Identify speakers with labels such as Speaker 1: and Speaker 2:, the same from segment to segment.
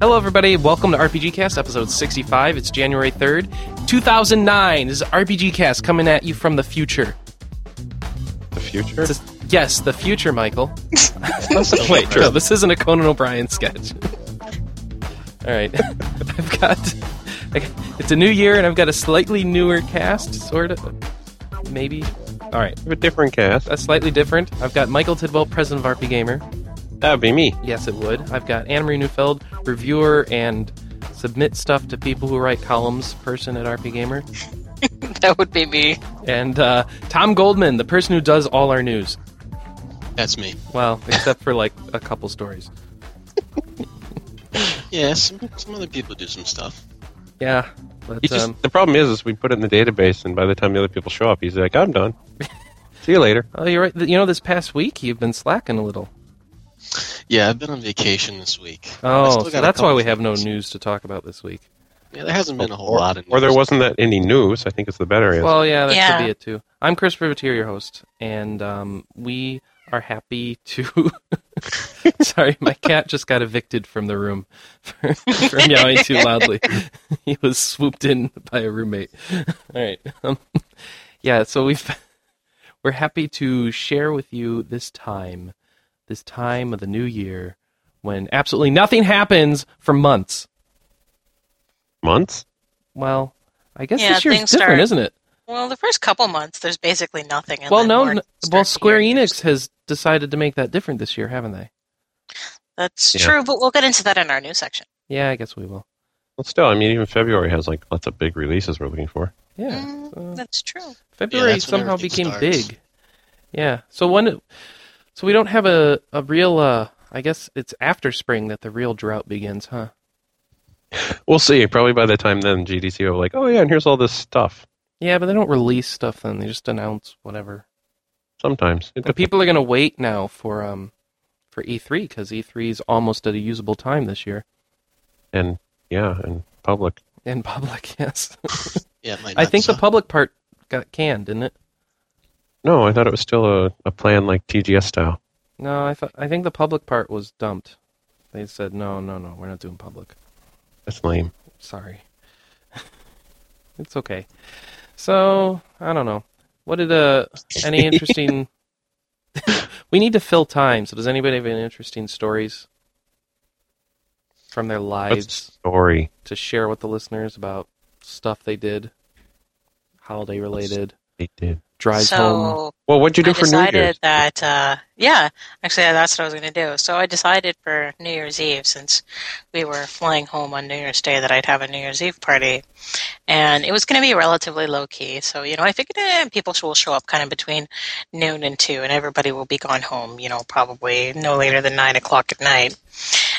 Speaker 1: Hello, everybody. Welcome to RPG Cast, episode 65. It's January 3rd, 2009. This is RPG Cast coming at you from the future.
Speaker 2: The future?
Speaker 1: This is- yes, the future, Michael.
Speaker 2: Wait,
Speaker 1: No, this isn't a Conan O'Brien sketch. All right. I've got. It's a new year, and I've got a slightly newer cast, sort of. Maybe. All right.
Speaker 2: a different cast.
Speaker 1: That's slightly different. I've got Michael Tidwell, president of RP Gamer.
Speaker 2: That would be me.
Speaker 1: Yes, it would. I've got Anna Marie Neufeld, reviewer and submit stuff to people who write columns person at RP Gamer.
Speaker 3: That would be me.
Speaker 1: And uh, Tom Goldman, the person who does all our news.
Speaker 4: That's me.
Speaker 1: Well, except for like a couple stories.
Speaker 4: Yeah, some, some other people do some stuff.
Speaker 1: Yeah. But,
Speaker 2: He just,
Speaker 1: um,
Speaker 2: the problem is, is we put it in the database, and by the time the other people show up, he's like, I'm done. See you later.
Speaker 1: oh, you're right. You know, this past week you've been slacking a little.
Speaker 4: Yeah, I've been on vacation this week. I still
Speaker 1: Oh,
Speaker 4: got
Speaker 1: so
Speaker 4: a
Speaker 1: that's why
Speaker 4: couple
Speaker 1: we have no
Speaker 4: things.
Speaker 1: news to talk about this week.
Speaker 4: Yeah, there hasn't been a whole
Speaker 2: Or-
Speaker 4: lot of news.
Speaker 2: Or there wasn't that any news. I think it's the better answer.
Speaker 1: Well, yeah, that
Speaker 3: Yeah.
Speaker 1: could be it too. I'm Chris Privateer, your host, and um, we are happy to. Sorry, my cat just got evicted from the room for, for meowing too loudly. he was swooped in by a roommate. All right, um, yeah. So we've we're happy to share with you this time, this time of the new year, when absolutely nothing happens for months.
Speaker 2: Months?
Speaker 1: Well, I guess
Speaker 3: Yeah,
Speaker 1: this year's different,
Speaker 3: things start-
Speaker 1: isn't it?
Speaker 3: Well, the first couple months, there's basically nothing. and
Speaker 1: well,
Speaker 3: then
Speaker 1: no,
Speaker 3: more
Speaker 1: n-
Speaker 3: start
Speaker 1: well,
Speaker 3: to
Speaker 1: Square
Speaker 3: hear
Speaker 1: Enix
Speaker 3: news.
Speaker 1: has decided to make that different this year, haven't they?
Speaker 3: That's
Speaker 2: Yeah.
Speaker 3: true, but we'll get into that in our new section.
Speaker 1: Yeah, I guess we will.
Speaker 2: Well, still, I mean, even February has, like, lots of big releases we're looking for.
Speaker 1: Yeah,
Speaker 3: Mm,
Speaker 1: so
Speaker 3: that's true.
Speaker 1: February
Speaker 4: that's when
Speaker 1: somehow became
Speaker 4: everything starts.
Speaker 1: big. Yeah, so when, so we don't have a a real. Uh, I guess it's after spring that the real drought begins, huh?
Speaker 2: We'll see. Probably by the time then, GDC will be like, oh, yeah, and here's all this stuff.
Speaker 1: Yeah, but they don't release stuff then; they just announce whatever.
Speaker 2: Sometimes. It
Speaker 1: And people are gonna wait now for um for E3 because E3 E is almost at a usable time this year
Speaker 2: dep- and, yeah, and public.
Speaker 1: in public. Yes,
Speaker 4: Yeah, it might
Speaker 1: I
Speaker 4: not
Speaker 1: think the
Speaker 4: suck.
Speaker 1: public part got canned, didn't it?
Speaker 2: No, I thought it was still a, a plan like TGS style.
Speaker 1: No, I thought I think the public part was dumped. They said no, no, no, we're not doing public.
Speaker 2: That's lame.
Speaker 1: Sorry. it's okay. So I don't know. What did uh any interesting? we need to fill time. So does anybody have any interesting stories from their lives
Speaker 2: What's story?
Speaker 1: to share with the listeners about stuff they did, holiday related,
Speaker 2: They did.
Speaker 1: drives
Speaker 3: so
Speaker 1: home?
Speaker 2: Well, what'd you do
Speaker 3: I
Speaker 2: for New
Speaker 3: decided
Speaker 2: Year's?
Speaker 3: that, uh, yeah, actually, that's what I was going to do. So I decided for New Year's Eve, since we were flying home on New Year's Day, that I'd have a New Year's Eve party. And it was going to be relatively low key. So, you know, I figured eh, people will show up kind of between noon and two, and everybody will be gone home, you know, probably no later than nine o'clock at night.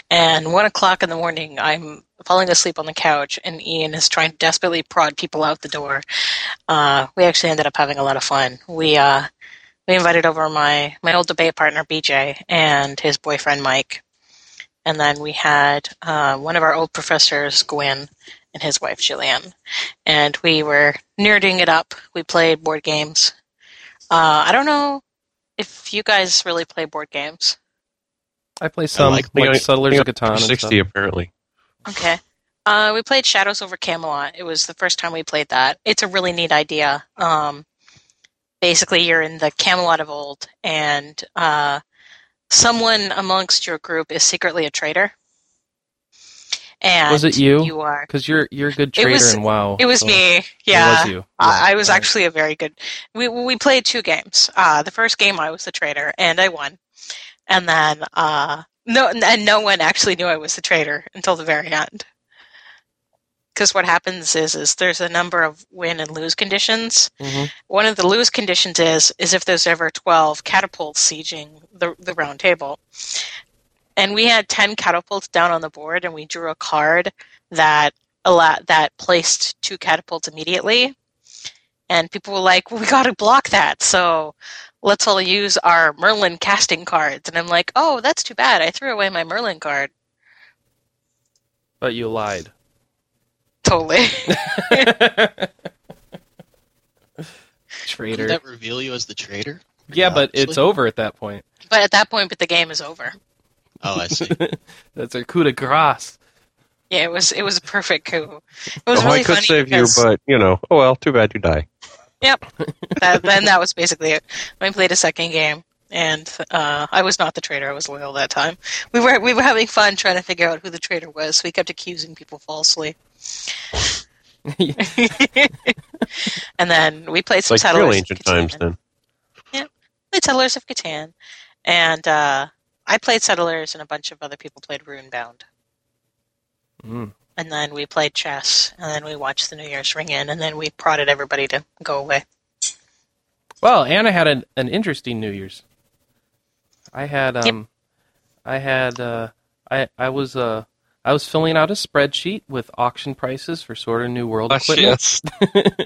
Speaker 3: And one o'clock in the morning, I'm falling asleep on the couch, and Ian is trying to desperately prod people out the door. Uh, we actually ended up having a lot of fun. We, uh, we invited over my my old debate partner BJ and his boyfriend Mike, and then we had uh, one of our old professors Gwen and his wife Jillian, and we were nerding it up. We played board games. Uh, I don't know if you guys really play board games.
Speaker 1: I play some like,
Speaker 4: like-
Speaker 1: Settlers of
Speaker 2: Think
Speaker 1: Catan. and stuff.
Speaker 2: 60 apparently.
Speaker 3: Okay. Uh, we played Shadows over Camelot. It was the first time we played that. It's a really neat idea. Um, basically, you're in the Camelot of old, and uh, someone amongst your group is secretly a traitor. And
Speaker 1: Was it you?
Speaker 3: You are.
Speaker 1: Because you're you're a good trader
Speaker 3: was-
Speaker 1: and WoW.
Speaker 3: It was
Speaker 1: so-
Speaker 3: me.
Speaker 1: It
Speaker 3: Yeah.
Speaker 1: was you.
Speaker 3: I
Speaker 1: Yeah,
Speaker 3: I was
Speaker 1: right.
Speaker 3: actually a very good. We we played two games. Uh, the first game I was the traitor and I won, and then uh, no and no one actually knew I was the traitor until the very end. Because what happens is is there's a number of win and lose conditions.
Speaker 1: Mhm.
Speaker 3: One of the lose conditions is is if there's ever twelve catapults sieging the the round table, and we had ten catapults down on the board, and we drew a card that allo- that placed two catapults immediately and people were like, well, "We got to block that." So let's all use our Merlin casting cards. And I'm like, "Oh, that's too bad. I threw away my Merlin card."
Speaker 1: But you lied.
Speaker 3: Totally.
Speaker 4: Didn't
Speaker 1: Traitor.
Speaker 4: that reveal you as the traitor?
Speaker 1: yeah, but it's
Speaker 4: Actually?
Speaker 1: over at that point.
Speaker 3: but at that point, but the game is over.
Speaker 4: Oh, I see.
Speaker 1: That's a coup de grace.
Speaker 3: Yeah, it was it was a perfect coup. It was
Speaker 2: oh,
Speaker 3: really
Speaker 2: I could
Speaker 3: funny
Speaker 2: save
Speaker 3: because-
Speaker 2: you, but you know, oh well, too bad you die.
Speaker 3: Yep. that, then that was basically it. I played a second game, and uh, I was not the traitor. I was loyal that time. We were we were having fun trying to figure out who the traitor was. So we kept accusing people falsely. and then we played
Speaker 2: It's
Speaker 3: some
Speaker 2: like
Speaker 3: settlers.
Speaker 2: real
Speaker 3: of
Speaker 2: ancient
Speaker 3: Catan.
Speaker 2: times then.
Speaker 3: Played settlers of Catan, and uh, I played settlers, and a bunch of other people played Runebound.
Speaker 1: Mm.
Speaker 3: And then we played chess, and then we watched the New Year's ring in, and then we prodded everybody to go away.
Speaker 1: Well, Anna had an, an interesting New Year's. I had um, I had uh, I I was uh, I was filling out a spreadsheet with auction prices for Sword of New
Speaker 2: Oh,
Speaker 1: World equipment.
Speaker 2: yes.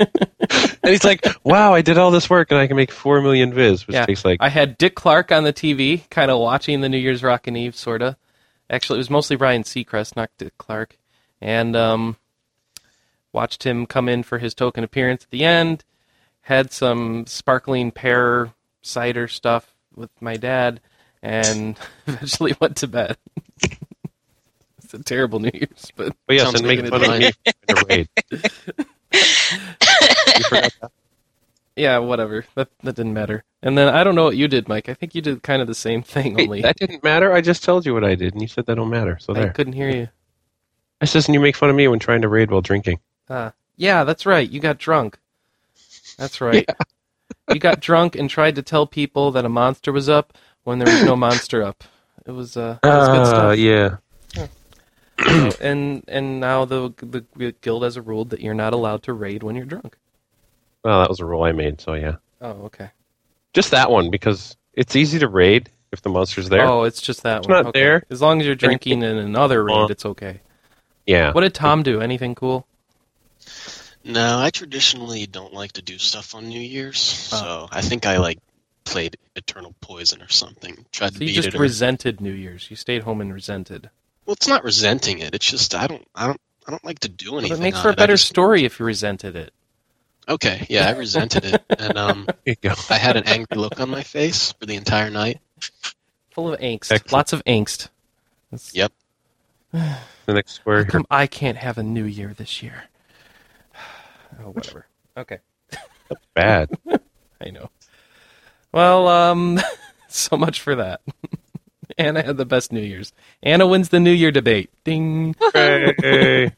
Speaker 2: and he's like, "Wow, I did all this work, and I can make four million viz, which
Speaker 1: Yeah.
Speaker 2: takes like
Speaker 1: I had Dick Clark on the TV, kind of watching the New Year's Rockin' Eve, sorta. Actually, it was mostly Ryan Seacrest, not Dick Clark, and um, watched him come in for his token appearance at the end. Had some sparkling pear cider stuff with my dad, and eventually went to bed. it's a terrible New Year's, but
Speaker 2: But yes,
Speaker 4: Sounds
Speaker 2: and make
Speaker 1: like
Speaker 2: fun
Speaker 1: an
Speaker 2: of me in a raid. You forgot that?
Speaker 1: yeah, whatever. That that didn't matter. And then I don't know what you did, Mike. I think you did kind of the same thing.
Speaker 2: Wait,
Speaker 1: Only
Speaker 2: that didn't matter. I just told you what I did, and you said that don't matter. So
Speaker 1: I
Speaker 2: there.
Speaker 1: couldn't hear you.
Speaker 2: I says, and you make fun of me when trying to raid while drinking.
Speaker 1: Uh, yeah, that's right. You got drunk. That's right. You got drunk and tried to tell people that a monster was up when there was no monster up. It was, uh, it was good
Speaker 2: Ah,
Speaker 1: stuff.
Speaker 2: yeah.
Speaker 1: So- and and now the the guild has a rule that you're not allowed to raid when you're drunk.
Speaker 2: Well, that was a rule I made. So yeah,
Speaker 1: Oh, okay.
Speaker 2: just that one because it's easy to raid if the monster's there.
Speaker 1: Oh, it's just that
Speaker 2: It's
Speaker 1: one.
Speaker 2: not
Speaker 1: okay.
Speaker 2: there.
Speaker 1: As long as you're drinking in another
Speaker 2: Uh,
Speaker 1: raid, it's okay.
Speaker 2: yeah.
Speaker 1: What did Tom do? Anything cool?
Speaker 4: No, I traditionally don't like to do stuff on New Year's,
Speaker 1: Oh.
Speaker 4: so I think I like played Eternal Poison or something. Tried
Speaker 1: So
Speaker 4: to
Speaker 1: you
Speaker 4: beat
Speaker 1: just
Speaker 4: it. Or,
Speaker 1: resented New Year's. You stayed home and resented.
Speaker 4: well, it's not resenting it. It's just I don't, I don't, I don't like to do
Speaker 1: But
Speaker 4: anything.
Speaker 1: it makes
Speaker 4: on
Speaker 1: for a
Speaker 4: it. I
Speaker 1: better
Speaker 4: just-
Speaker 1: story if you resented it.
Speaker 4: Okay, yeah, I resented it, and um,
Speaker 2: There you go.
Speaker 4: I had an angry look on my face for the entire night.
Speaker 1: Full of angst.
Speaker 2: Excellent.
Speaker 1: Lots of angst. That's-
Speaker 4: Yep.
Speaker 2: The next square.
Speaker 1: How come I can't have a new year this year? Oh, whatever. Okay,
Speaker 2: Bad.
Speaker 1: I know. Well, um, so much for that. Anna had the best New Year's. Anna wins the New Year debate. Ding.
Speaker 2: Hey.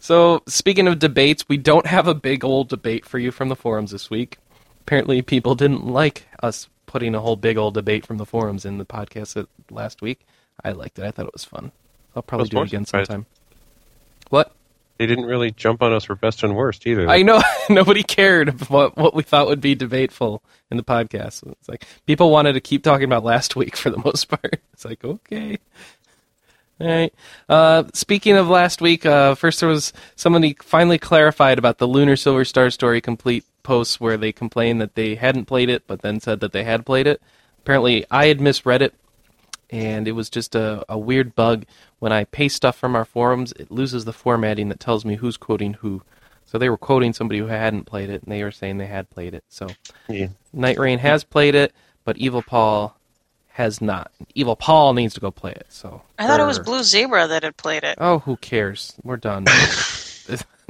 Speaker 1: So, speaking of debates, we don't have a big old debate for you from the forums this week. Apparently, people didn't like us putting a whole big old debate from the forums in the podcast that- last week. I liked it. I thought it was fun. I'll
Speaker 2: I
Speaker 1: probably
Speaker 2: was
Speaker 1: do
Speaker 2: more
Speaker 1: it again
Speaker 2: surprised.
Speaker 1: sometime. What?
Speaker 2: They didn't really jump on us for best and worst either.
Speaker 1: I know nobody cared of what what we thought would be debateful in the podcast. It's like people wanted to keep talking about last week for the most part. It's like okay, all right. Uh, speaking of last week, uh, first there was somebody finally clarified about the Lunar Silver Star Story complete posts where they complained that they hadn't played it, but then said that they had played it. Apparently, I had misread it and it was just a, a weird bug. When I paste stuff from our forums, it loses the formatting that tells me who's quoting who. So they were quoting somebody who hadn't played it, and they were saying they had played it. So
Speaker 2: Yeah.
Speaker 1: Night Rain has played it, but Evil Paul has not. Evil Paul needs to go play it. So
Speaker 3: I thought it was
Speaker 1: Grr.
Speaker 3: Blue Zebra that had played it.
Speaker 1: Oh, who cares? We're done.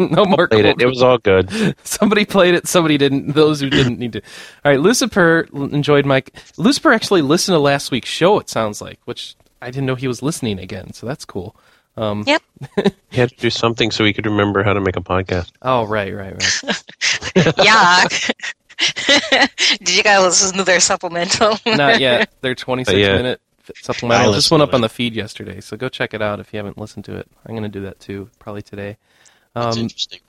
Speaker 1: no more
Speaker 2: Played
Speaker 1: quotes
Speaker 2: it. It was all good.
Speaker 1: somebody played it, somebody didn't. Those who didn't need to. All right, Lucifer l- enjoyed my. Lucifer actually listened to last week's show. It sounds like, which I didn't know he was listening again, so that's cool. Um,
Speaker 3: Yep.
Speaker 2: He had to do something so he could remember how to make a podcast.
Speaker 1: Oh, right, right, right.
Speaker 3: yeah. Did you guys listen to their supplemental?
Speaker 1: Not yet. They're twenty-six
Speaker 2: Not yet.
Speaker 1: minute supplemental.
Speaker 4: I
Speaker 1: Just
Speaker 4: listened
Speaker 1: went
Speaker 4: to
Speaker 1: up on
Speaker 4: it.
Speaker 1: the feed yesterday, so go check it out if you haven't listened to it. I'm going to do that too, probably today.
Speaker 4: It's
Speaker 1: Um,
Speaker 4: interesting.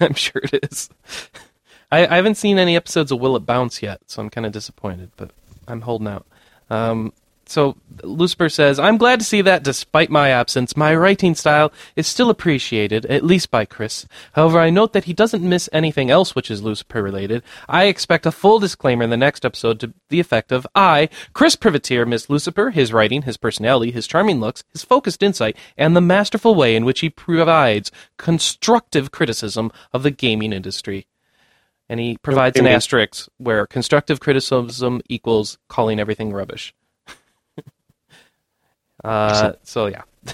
Speaker 1: I'm sure it is. I, I haven't seen any episodes of Will It Bounce yet, so I'm kind of disappointed, but I'm holding out. Um, so Lucifer says, I'm glad to see that despite my absence, my writing style is still appreciated, at least by Chris. However, I note that he doesn't miss anything else which is Lucifer related. I expect a full disclaimer in the next episode to the effect of I, Chris Privateer, miss Lucifer, his writing, his personality, his charming looks, his focused insight, and the masterful way in which he provides constructive criticism of the gaming industry. And he provides an
Speaker 2: gaming.
Speaker 1: asterisk where constructive criticism equals calling everything rubbish. Uh, so yeah,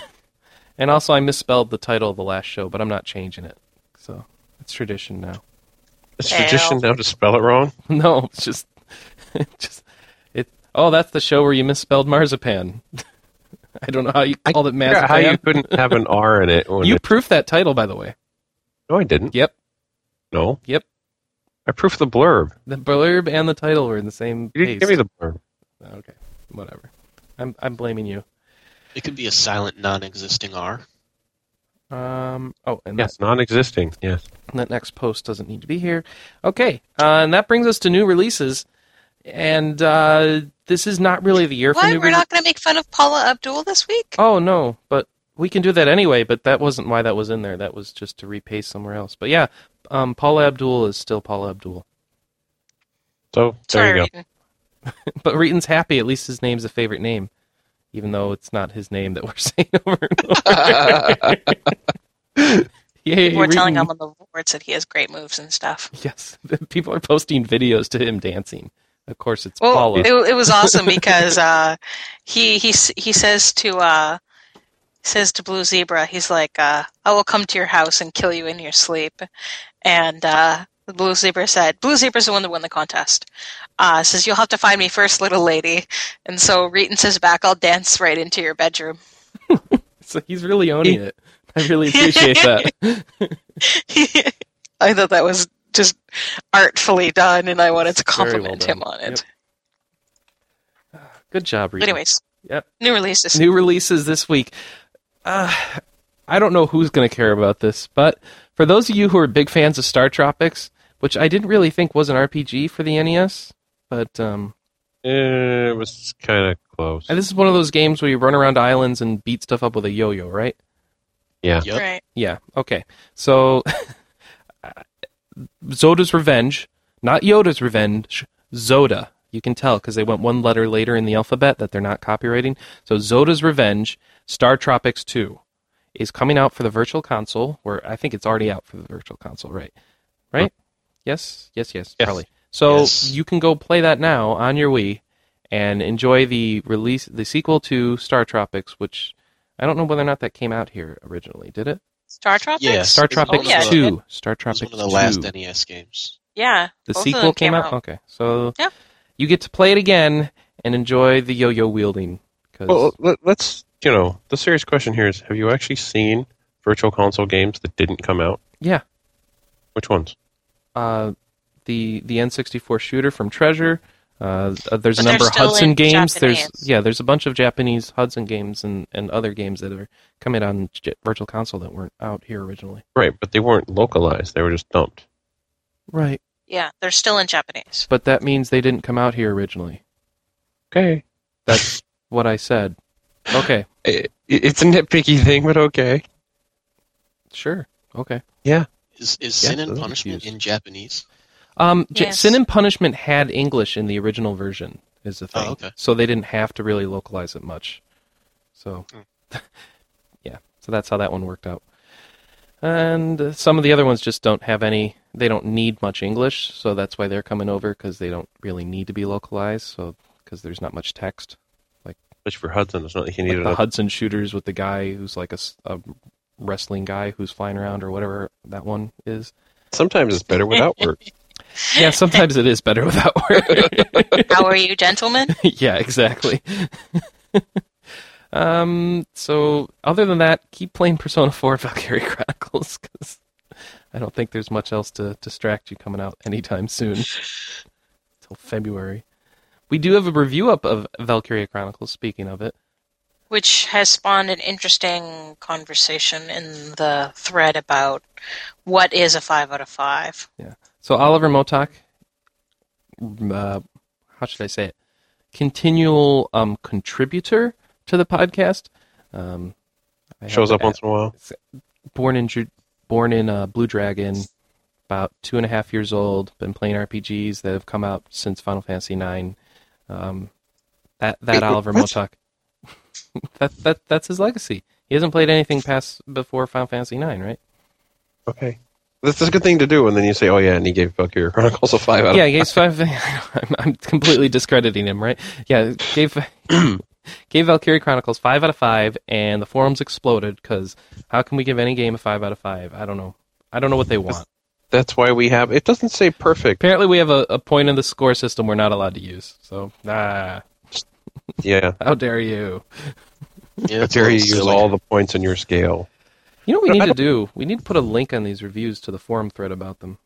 Speaker 1: And also, I misspelled the title of the last show, but I'm not changing it. So it's tradition now.
Speaker 2: It's
Speaker 3: Hell.
Speaker 2: tradition now to spell it wrong.
Speaker 1: no, it's just, it just it. Oh, that's the show where you misspelled marzipan. I don't know how you called it
Speaker 2: Yeah,
Speaker 1: marzipan.
Speaker 2: how you couldn't have an R in it? When
Speaker 1: You
Speaker 2: it-
Speaker 1: proofed that title, by the way.
Speaker 2: no, I didn't.
Speaker 1: Yep,
Speaker 2: No.
Speaker 1: Yep.
Speaker 2: I proofed the blurb.
Speaker 1: the blurb and the title were in the same.
Speaker 2: You didn't
Speaker 1: paste.
Speaker 2: give me the blurb.
Speaker 1: Okay, whatever. I'm I'm blaming you.
Speaker 4: It could be a silent, non-existing R.
Speaker 1: Um. Oh, and
Speaker 2: Yes, non-existing. Yes.
Speaker 1: that, that next post doesn't need to be here. Okay, uh, and that brings us to new releases. And uh, this is not really the year for
Speaker 3: Why
Speaker 1: new
Speaker 3: we're
Speaker 1: releases.
Speaker 3: not going to make fun of Paula Abdul this week?
Speaker 1: Oh no, but we can do that anyway. But that wasn't why that was in there. That was just to repaste somewhere else. But yeah, um, Paula Abdul is still Paula Abdul.
Speaker 2: So there
Speaker 3: Sorry,
Speaker 2: you go.
Speaker 3: Reeton.
Speaker 1: But Reeton's happy. At least his name's a favorite name, even though it's not his name that we're saying over and over. Yay,
Speaker 3: We're telling
Speaker 1: Reeton.
Speaker 3: him on the boards that he has great moves and stuff.
Speaker 1: Yes, people are posting videos to him dancing. Of course, it's
Speaker 3: Well,
Speaker 1: Paula.
Speaker 3: it, it was awesome because uh, he he s- he says to uh, says to Blue Zebra, he's like, uh, "I will come to your house and kill you in your sleep." And uh, the Blue Zebra said, "Blue Zebra's the one that won the contest." Uh, says, "You'll have to find me first, little lady." And so Reeton says back, "I'll dance right into your bedroom."
Speaker 1: So he's really owning it. I really appreciate that.
Speaker 3: I thought that was just artfully done, and I wanted to
Speaker 1: Very well
Speaker 3: compliment
Speaker 1: done.
Speaker 3: him on it.
Speaker 1: Good job, Reed.
Speaker 3: Anyways,
Speaker 1: Yep.
Speaker 3: new releases.
Speaker 1: New releases this week. Uh, I don't know who's going to care about this, but for those of you who are big fans of Star Tropics, which I didn't really think was an RPG for the NES, but um,
Speaker 2: Eh, it was kind of close.
Speaker 1: and this is one of those games where you run around islands and beat stuff up with a yo-yo, right?
Speaker 4: Yep.
Speaker 3: Right.
Speaker 1: Yeah. Okay. So, Zoda's Revenge, not Yoda's Revenge, Zoda. You can tell because they went one letter later in the alphabet that they're not copywriting. So, Zoda's Revenge, Star Tropics 2, is coming out for the Virtual Console, where I think it's already out for the Virtual Console, right? Right? Yes? Yes, yes,
Speaker 2: Yes.
Speaker 1: probably. So,
Speaker 4: Yes.
Speaker 1: you can go play that now on your Wii and enjoy the release, the sequel to Star Tropics, which I don't know whether or not that came out here originally, did it?
Speaker 3: Star Tropics?
Speaker 4: Yeah,
Speaker 1: Star
Speaker 4: It's one
Speaker 1: Tropics
Speaker 3: of the-
Speaker 1: 2. Star
Speaker 4: It was
Speaker 1: Tropics
Speaker 4: one of the last
Speaker 1: 2.
Speaker 4: NES games.
Speaker 3: Yeah.
Speaker 1: The
Speaker 3: both of
Speaker 1: sequel
Speaker 3: them
Speaker 1: came out? Okay. So
Speaker 3: Yeah.
Speaker 1: you get to play it again and enjoy the yo yo wielding. Cause,
Speaker 2: Well, let, let's you know the serious question here is: Have you actually seen virtual console games that didn't come out?
Speaker 1: yeah.
Speaker 2: Which ones?
Speaker 1: Uh, the, the N64 shooter from Treasure. Uh, uh, there's a
Speaker 3: But they're
Speaker 1: number of
Speaker 3: still
Speaker 1: Hudson
Speaker 3: in
Speaker 1: games. There's
Speaker 3: Japanese.
Speaker 1: yeah, there's a bunch of Japanese Hudson games and, and other games that are coming out on J- Virtual Console that weren't out here originally.
Speaker 2: Right, but they weren't localized; they were just dumped.
Speaker 1: Right,
Speaker 3: Yeah, they're still in Japanese.
Speaker 1: but that means they didn't come out here originally.
Speaker 2: Okay,
Speaker 1: That's what I said. Okay,
Speaker 2: it's a nitpicky thing, but okay.
Speaker 1: sure. Okay.
Speaker 4: Is is
Speaker 2: Yeah,
Speaker 4: Sin
Speaker 2: I'm
Speaker 4: and Punishment
Speaker 2: confused.
Speaker 4: in Japanese?
Speaker 1: Um, J-
Speaker 3: Yes.
Speaker 1: Sin and Punishment had English in the original version, is the thing.
Speaker 4: Oh, okay.
Speaker 1: So they didn't have to really localize it much. So,
Speaker 4: Hmm.
Speaker 1: yeah. So that's how that one worked out. And uh, some of the other ones just don't have any. They don't need much English, so that's why they're coming over because they don't really need to be localized. So because there's not much text.
Speaker 2: Which for Hudson, it's not like he
Speaker 1: Like
Speaker 2: needed
Speaker 1: the
Speaker 2: a
Speaker 1: Hudson shooters with the guy who's like a, s- a wrestling guy who's flying around or whatever that one is.
Speaker 2: Sometimes it's better without work.
Speaker 1: Yeah, sometimes it is better without word.
Speaker 3: How are you, gentlemen?
Speaker 1: yeah, exactly. um, so other than that, keep playing Persona 4 Valkyrie Chronicles because I don't think there's much else to distract you coming out anytime soon. Till February. We do have a review up of Valkyria Chronicles, speaking of it.
Speaker 3: Which has spawned an interesting conversation in the thread about what is a five out of five.
Speaker 1: So Oliver Motok, uh, how should I say it? Continual um, contributor to the podcast. Um, I have
Speaker 2: Shows up
Speaker 1: to
Speaker 2: once in a while.
Speaker 1: born in Ju- born in uh, Blue Dragon, about two and a half years old. Been playing RPGs that have come out since Final Fantasy IX. Um, that that
Speaker 2: Wait,
Speaker 1: Oliver
Speaker 2: what?
Speaker 1: Motok. that that that's his legacy. He hasn't played anything past before Final Fantasy IX, right?
Speaker 2: Okay, that's, that's a good thing to do. And then you say, "Oh yeah," and he gave Valkyrie Chronicles a five out.
Speaker 1: yeah,
Speaker 2: of
Speaker 1: he gave five. I'm, I'm completely discrediting him, right? Yeah, gave gave Valkyrie Chronicles five out of five, and the forums exploded because how can we give any game a five out of five? I don't know. I don't know what they want.
Speaker 2: That's why we have. It doesn't say perfect.
Speaker 1: Apparently, we have a, a point in the score system we're not allowed to use. So, ah,
Speaker 2: Yeah.
Speaker 1: how dare you?
Speaker 4: Yeah,
Speaker 2: How
Speaker 4: that's
Speaker 2: dare
Speaker 4: a
Speaker 2: you
Speaker 4: little
Speaker 2: use
Speaker 4: silly.
Speaker 2: all the points in your scale?
Speaker 1: You know what we need to do? We need to put a link on these reviews to the forum thread about them.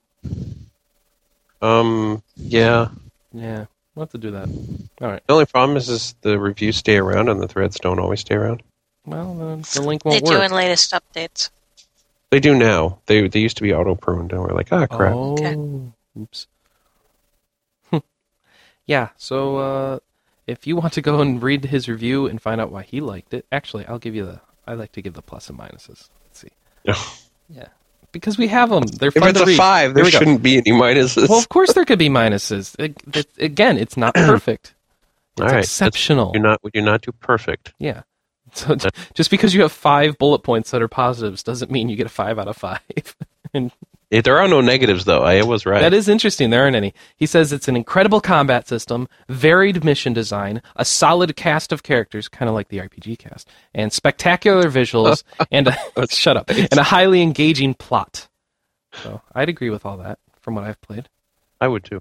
Speaker 2: Um. Yeah.
Speaker 1: Yeah, we'll have to do that. All right.
Speaker 2: The only problem is, is the reviews stay around and the threads don't always stay around.
Speaker 1: Well, the, the link
Speaker 3: They
Speaker 1: won't
Speaker 3: do
Speaker 1: work.
Speaker 3: in latest updates.
Speaker 2: They do now. They they used to be auto pruned, and we're like, ah, crap.
Speaker 1: Oh, oops. yeah, so uh, if you want to go and read his review and find out why he liked it, actually, I'll give you the. I like to give the plus and minuses. Let's see. yeah, because we have them. They're
Speaker 2: if
Speaker 1: fun
Speaker 2: it's
Speaker 1: to
Speaker 2: a
Speaker 1: read.
Speaker 2: five,
Speaker 1: Here
Speaker 2: there
Speaker 1: we go.
Speaker 2: shouldn't be any minuses.
Speaker 1: Well, of course there could be minuses. It, it- again, it's not perfect. It's
Speaker 2: All right, that's-
Speaker 1: exceptional.
Speaker 2: do not we do not do perfect.
Speaker 1: Yeah. So just because you have five bullet points that are positives doesn't mean you get a five out of five.
Speaker 2: Eh, there are no negatives though. I was right.
Speaker 1: That is interesting. There aren't any. He says it's an incredible combat system, varied mission design, a solid cast of characters, kind of like the RPG cast, and spectacular visuals, and a, shut up, and a highly engaging plot. So I'd agree with all that from what I've played.
Speaker 2: I would too.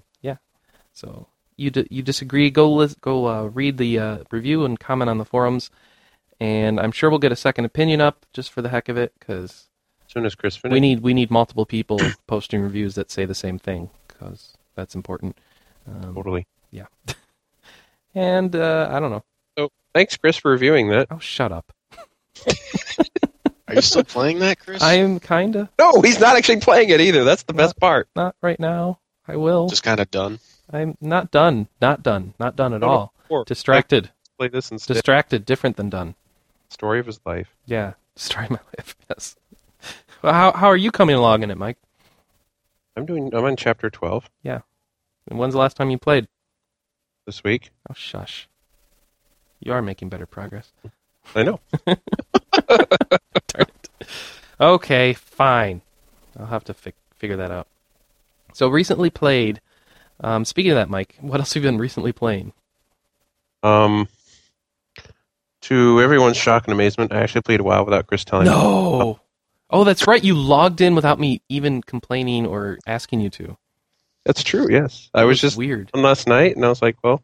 Speaker 1: So you d- you disagree? Go lis- go uh, read the uh, review and comment on the forums, and I'm sure we'll get a second opinion up just for the heck of it because
Speaker 2: As soon as Chris
Speaker 1: we
Speaker 2: finishes,
Speaker 1: need we need multiple people posting reviews that say the same thing because that's important. Um,
Speaker 2: totally.
Speaker 1: and uh, I don't know.
Speaker 2: Thanks, Chris, for reviewing that.
Speaker 1: Oh, shut up.
Speaker 4: Are you still playing that, Chris?
Speaker 1: I'm kinda
Speaker 2: No, he's not actually playing it either. That's the best part.
Speaker 1: not right now. I will.
Speaker 4: just kind of done.
Speaker 1: I'm not done. Not done. Not done at
Speaker 2: No, no.
Speaker 1: all. Distracted.
Speaker 2: Play this instead.
Speaker 1: Distracted. Different than done.
Speaker 2: Story of his life.
Speaker 1: Yeah. Destroy my life. Yes. Well, how how are you coming along in it, Mike?
Speaker 2: I'm doing. I'm on chapter twelve
Speaker 1: And when's the last time you played?
Speaker 2: this week.
Speaker 1: Oh, shush. You are making better progress.
Speaker 2: I know.
Speaker 1: Okay, fine. I'll have to fi- figure that out. So recently played. Um, speaking of that, Mike, what else have you been recently playing?
Speaker 2: Um, to everyone's shock and amazement, I actually played WoW without Chris telling me.
Speaker 1: No. Oh, that's right. You logged in without me even complaining or asking you to.
Speaker 2: That's true. Yes, I was
Speaker 1: That's
Speaker 2: just
Speaker 1: weird.
Speaker 2: on last night, and I was like, well,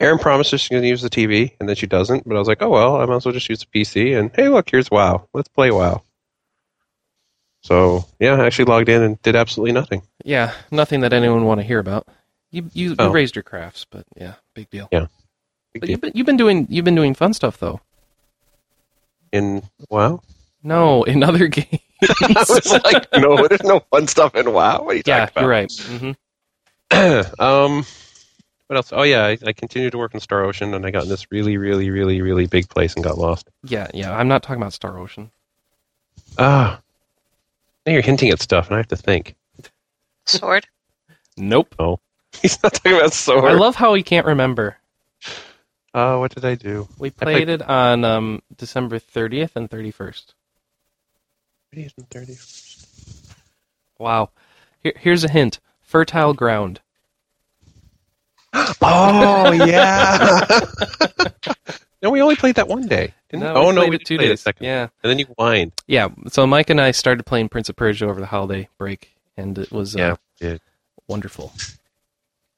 Speaker 2: Erin promises she's going to use the TV, and then she doesn't. But I was like, oh well, I might as well just use the PC. And hey, look, here's WoW. Let's play WoW. So yeah, I actually logged in and did absolutely nothing.
Speaker 1: Yeah, nothing that anyone want to hear about. You you, you
Speaker 2: Oh.
Speaker 1: raised your crafts, but yeah, big deal.
Speaker 2: Big
Speaker 1: But
Speaker 2: deal.
Speaker 1: you've been, you've been doing you've been doing fun stuff though.
Speaker 2: In WoW,
Speaker 1: No, in other games.
Speaker 2: I was like, no, there's no fun stuff in WoW. What are you
Speaker 1: yeah,
Speaker 2: talking
Speaker 1: you're
Speaker 2: about?
Speaker 1: right. hmm
Speaker 2: um, what else? Oh yeah, I, I continued to work in Star Ocean, and I got in this really, really, really, really big place and got lost.
Speaker 1: Yeah, yeah. I'm not talking about Star Ocean.
Speaker 2: Ah, now you're hinting at stuff, and I have to think.
Speaker 3: Sword.
Speaker 1: Nope.
Speaker 2: He's not talking about
Speaker 1: I
Speaker 2: sword.
Speaker 1: love how he can't remember.
Speaker 2: uh, what did I do?
Speaker 1: We
Speaker 2: I played-
Speaker 1: played it on um, December 30th and 31st.
Speaker 2: 30s and 30s.
Speaker 1: Wow. Here, here's a hint: fertile ground.
Speaker 2: Oh yeah. no, we only played that one day. Didn't we?
Speaker 1: we
Speaker 2: oh no,
Speaker 1: played
Speaker 2: we
Speaker 1: it
Speaker 2: did
Speaker 1: two
Speaker 2: play it a
Speaker 1: days.
Speaker 2: second.
Speaker 1: Yeah.
Speaker 2: And then you whined.
Speaker 1: Yeah, so Mike and I started playing Prince of Persia over the holiday break, and it was
Speaker 2: Yeah,
Speaker 1: uh,
Speaker 2: we did.
Speaker 1: wonderful.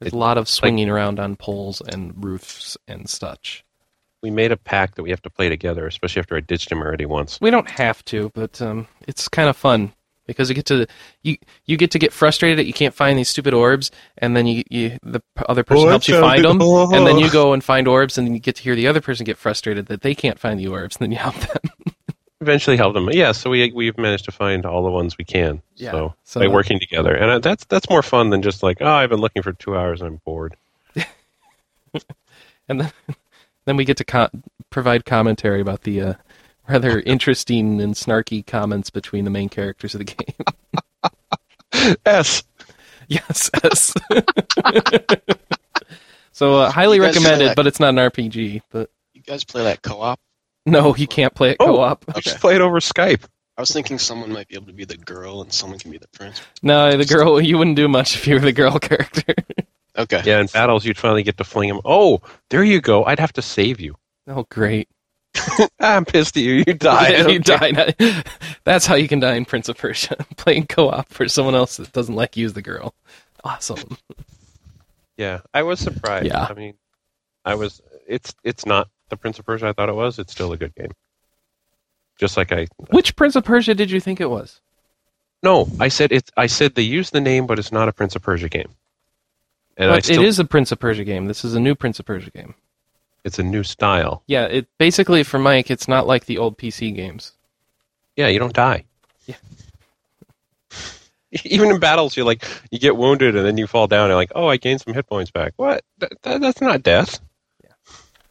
Speaker 1: There's
Speaker 2: It-
Speaker 1: a lot of swinging around on poles and roofs and such.
Speaker 2: We made a pact that we have to play together, especially after I ditched him already once.
Speaker 1: We don't have to, but um, it's kind of fun because you get to you you get to get frustrated that you can't find these stupid orbs, and then you, you the p- other person helps you find them, and then you go and find orbs, and then you get to hear the other person get frustrated that they can't find the orbs, and then you help them.
Speaker 2: Eventually helped him. Yeah, so we we've managed to find all the ones we can.
Speaker 1: Yeah,
Speaker 2: So,
Speaker 1: so-
Speaker 2: by working together, and uh, that's that's more fun than just like, oh, I've been looking for two hours and I'm bored.
Speaker 1: Then we get to con- provide commentary about the uh, rather interesting and snarky comments between the main characters of the game.
Speaker 2: S.
Speaker 1: yes, yes. so uh, highly
Speaker 4: You guys
Speaker 1: recommended,
Speaker 4: like-
Speaker 1: but it's not an RPG. But
Speaker 4: You guys play that co-op?
Speaker 1: no, you can't play it
Speaker 2: Oh.
Speaker 1: co-op.
Speaker 2: We
Speaker 4: Okay.
Speaker 2: just played over Skype.
Speaker 4: I was thinking someone might be able to be the girl and someone can be the prince.
Speaker 1: No, the girl. You wouldn't do much if you were the girl character.
Speaker 4: Okay.
Speaker 2: Yeah, in battles you'd finally get to fling him. Oh, there you go. I'd have to save you.
Speaker 1: Oh, great.
Speaker 2: I'm pissed at you. You died.
Speaker 1: Yeah,
Speaker 2: I don't
Speaker 1: you
Speaker 2: care.
Speaker 1: die. That's how you can die in Prince of Persia. Playing co op for someone else that doesn't like you as the girl. Awesome.
Speaker 2: Yeah, I was surprised.
Speaker 1: Yeah.
Speaker 2: I mean, I was. It's it's not the Prince of Persia I thought it was. It's still a good game. Just like I.
Speaker 1: Which Prince of Persia did you think it was?
Speaker 2: No, I said it's. I said they use the name, but it's not a Prince of Persia game. And I
Speaker 1: But
Speaker 2: still,
Speaker 1: It is a Prince of Persia game. This is a new Prince of Persia game.
Speaker 2: It's a new style.
Speaker 1: Yeah, it basically for Mike, it's not like the old PC games.
Speaker 2: Yeah, you don't die.
Speaker 1: Yeah.
Speaker 2: Even in battles, you're like you get wounded and then you fall down. And like, oh, I gained some hit points back. What? That, that, that's not death.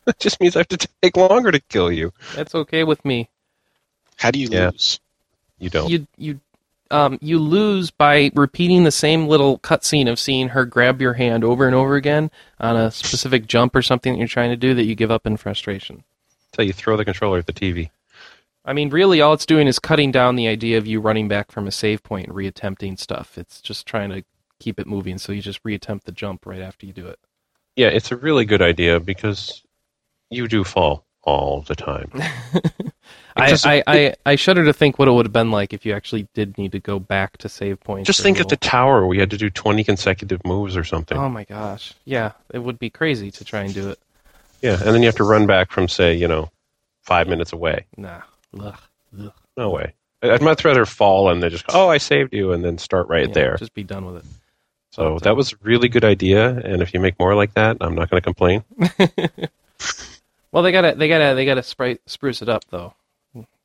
Speaker 2: That just means I have to take longer to kill you.
Speaker 1: That's okay with me.
Speaker 4: How do you
Speaker 2: Yeah.
Speaker 4: lose?
Speaker 2: You don't.
Speaker 1: You you um you lose by repeating the same little cutscene of seeing her grab your hand over and over again on a specific jump or something that you're trying to do that you give up in frustration.
Speaker 2: until you throw the controller at the TV.
Speaker 1: I mean, really, all it's doing is cutting down the idea of you running back from a save point and reattempting stuff. It's just trying to keep it moving, so you just reattempt the jump right after you do it.
Speaker 2: Yeah, it's a really good idea because you do fall all the time.
Speaker 1: I,
Speaker 2: Just-
Speaker 1: I, I, I shudder to think what it would have been like if you actually did need to go back to save points.
Speaker 2: Just
Speaker 1: or
Speaker 2: think at the
Speaker 1: little-
Speaker 2: tower, we had to do 20 consecutive moves or something.
Speaker 1: Oh my gosh. Yeah, it would be crazy to try and do it.
Speaker 2: yeah, and then you have to run back from, say, you know, five minutes away.
Speaker 1: Nah. Ugh. Ugh.
Speaker 2: No way. I- I'd much rather fall and then just, oh, I saved you, and then start right
Speaker 1: Yeah,
Speaker 2: there.
Speaker 1: Just be done with it.
Speaker 2: So that was a really good idea, and if you make more like that, I'm not going to complain.
Speaker 1: Well, they gotta, they gotta, they gotta spri- spruce it up though.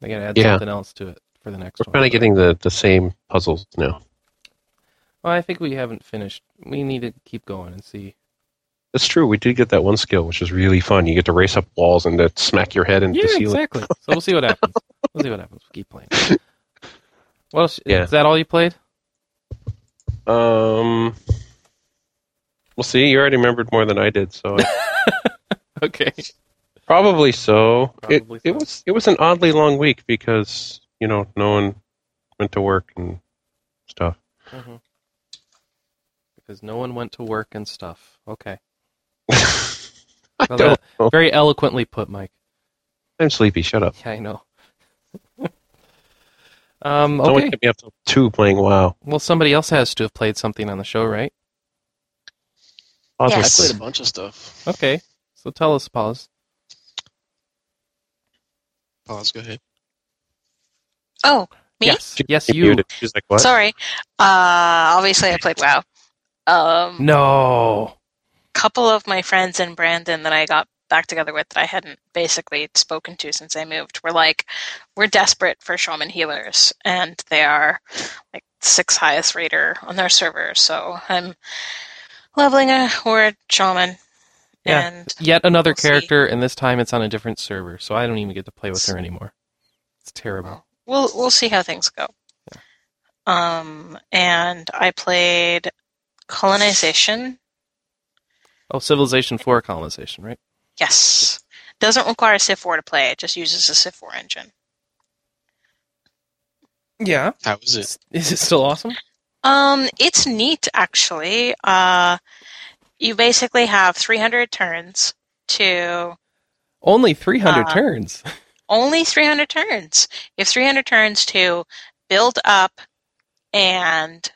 Speaker 1: They gotta add
Speaker 2: Yeah.
Speaker 1: something else to it for the next
Speaker 2: We're
Speaker 1: one.
Speaker 2: kind of getting the, the same puzzles now.
Speaker 1: Well, I think we haven't finished. We need to keep going and see.
Speaker 2: That's true. We did get that one skill, which is really fun. You get to race up walls and to smack your head into
Speaker 1: Yeah,
Speaker 2: the ceiling.
Speaker 1: exactly. So we'll see what happens. We'll see what happens. We'll keep playing. What else?
Speaker 2: Yeah.
Speaker 1: Is that all you played?
Speaker 2: Um, we'll see. You already remembered more than I did, so I-
Speaker 1: Okay.
Speaker 2: probably so.
Speaker 1: Probably
Speaker 2: it, it
Speaker 1: so.
Speaker 2: was it was an oddly long week because you know no one went to work and stuff.
Speaker 1: Mhm. Because no one went to work and stuff. Okay.
Speaker 2: I
Speaker 1: Well,
Speaker 2: don't.
Speaker 1: that-
Speaker 2: know.
Speaker 1: very eloquently put, Mike.
Speaker 2: I'm sleepy. Shut up.
Speaker 1: Yeah, I know. um,
Speaker 2: No one
Speaker 1: okay.
Speaker 2: kept me up till two playing WoW.
Speaker 1: Well, somebody else has to have played something on the show, right?
Speaker 2: Oddly-
Speaker 3: Yes.
Speaker 4: I played a bunch of stuff.
Speaker 3: Oh.
Speaker 1: Okay. So tell us, pause.
Speaker 4: Pause. Go ahead.
Speaker 3: Oh, Me?
Speaker 1: Yes.
Speaker 2: She-
Speaker 1: Yes,
Speaker 2: she
Speaker 1: you.
Speaker 2: muted. She's like, what?
Speaker 3: sorry. Uh, obviously, I played WoW. Um,
Speaker 1: No.
Speaker 3: couple of my friends and Brandon that I got back together with that I hadn't basically spoken to since I moved were like, we're desperate for shaman healers, and they are like sixth highest rater on their server. So I'm leveling a horde shaman.
Speaker 1: Yeah.
Speaker 3: And
Speaker 1: Yet another
Speaker 3: We'll see.
Speaker 1: character, and this time it's on a different server, so I don't even get to play with her anymore. It's terrible.
Speaker 3: we'll we'll see how things go. Um, and I played colonization.
Speaker 1: Oh, Civilization 4 colonization, right?
Speaker 3: Yes, doesn't require a Civ four to play. It just uses a Civ four engine.
Speaker 1: Yeah.
Speaker 4: How was it?
Speaker 1: Is it still awesome?
Speaker 3: Um, it's neat actually. Uh, you basically have 300 turns to
Speaker 1: Only 300
Speaker 3: Uh,
Speaker 1: turns.
Speaker 3: only 300 turns. You have 300 turns to build up and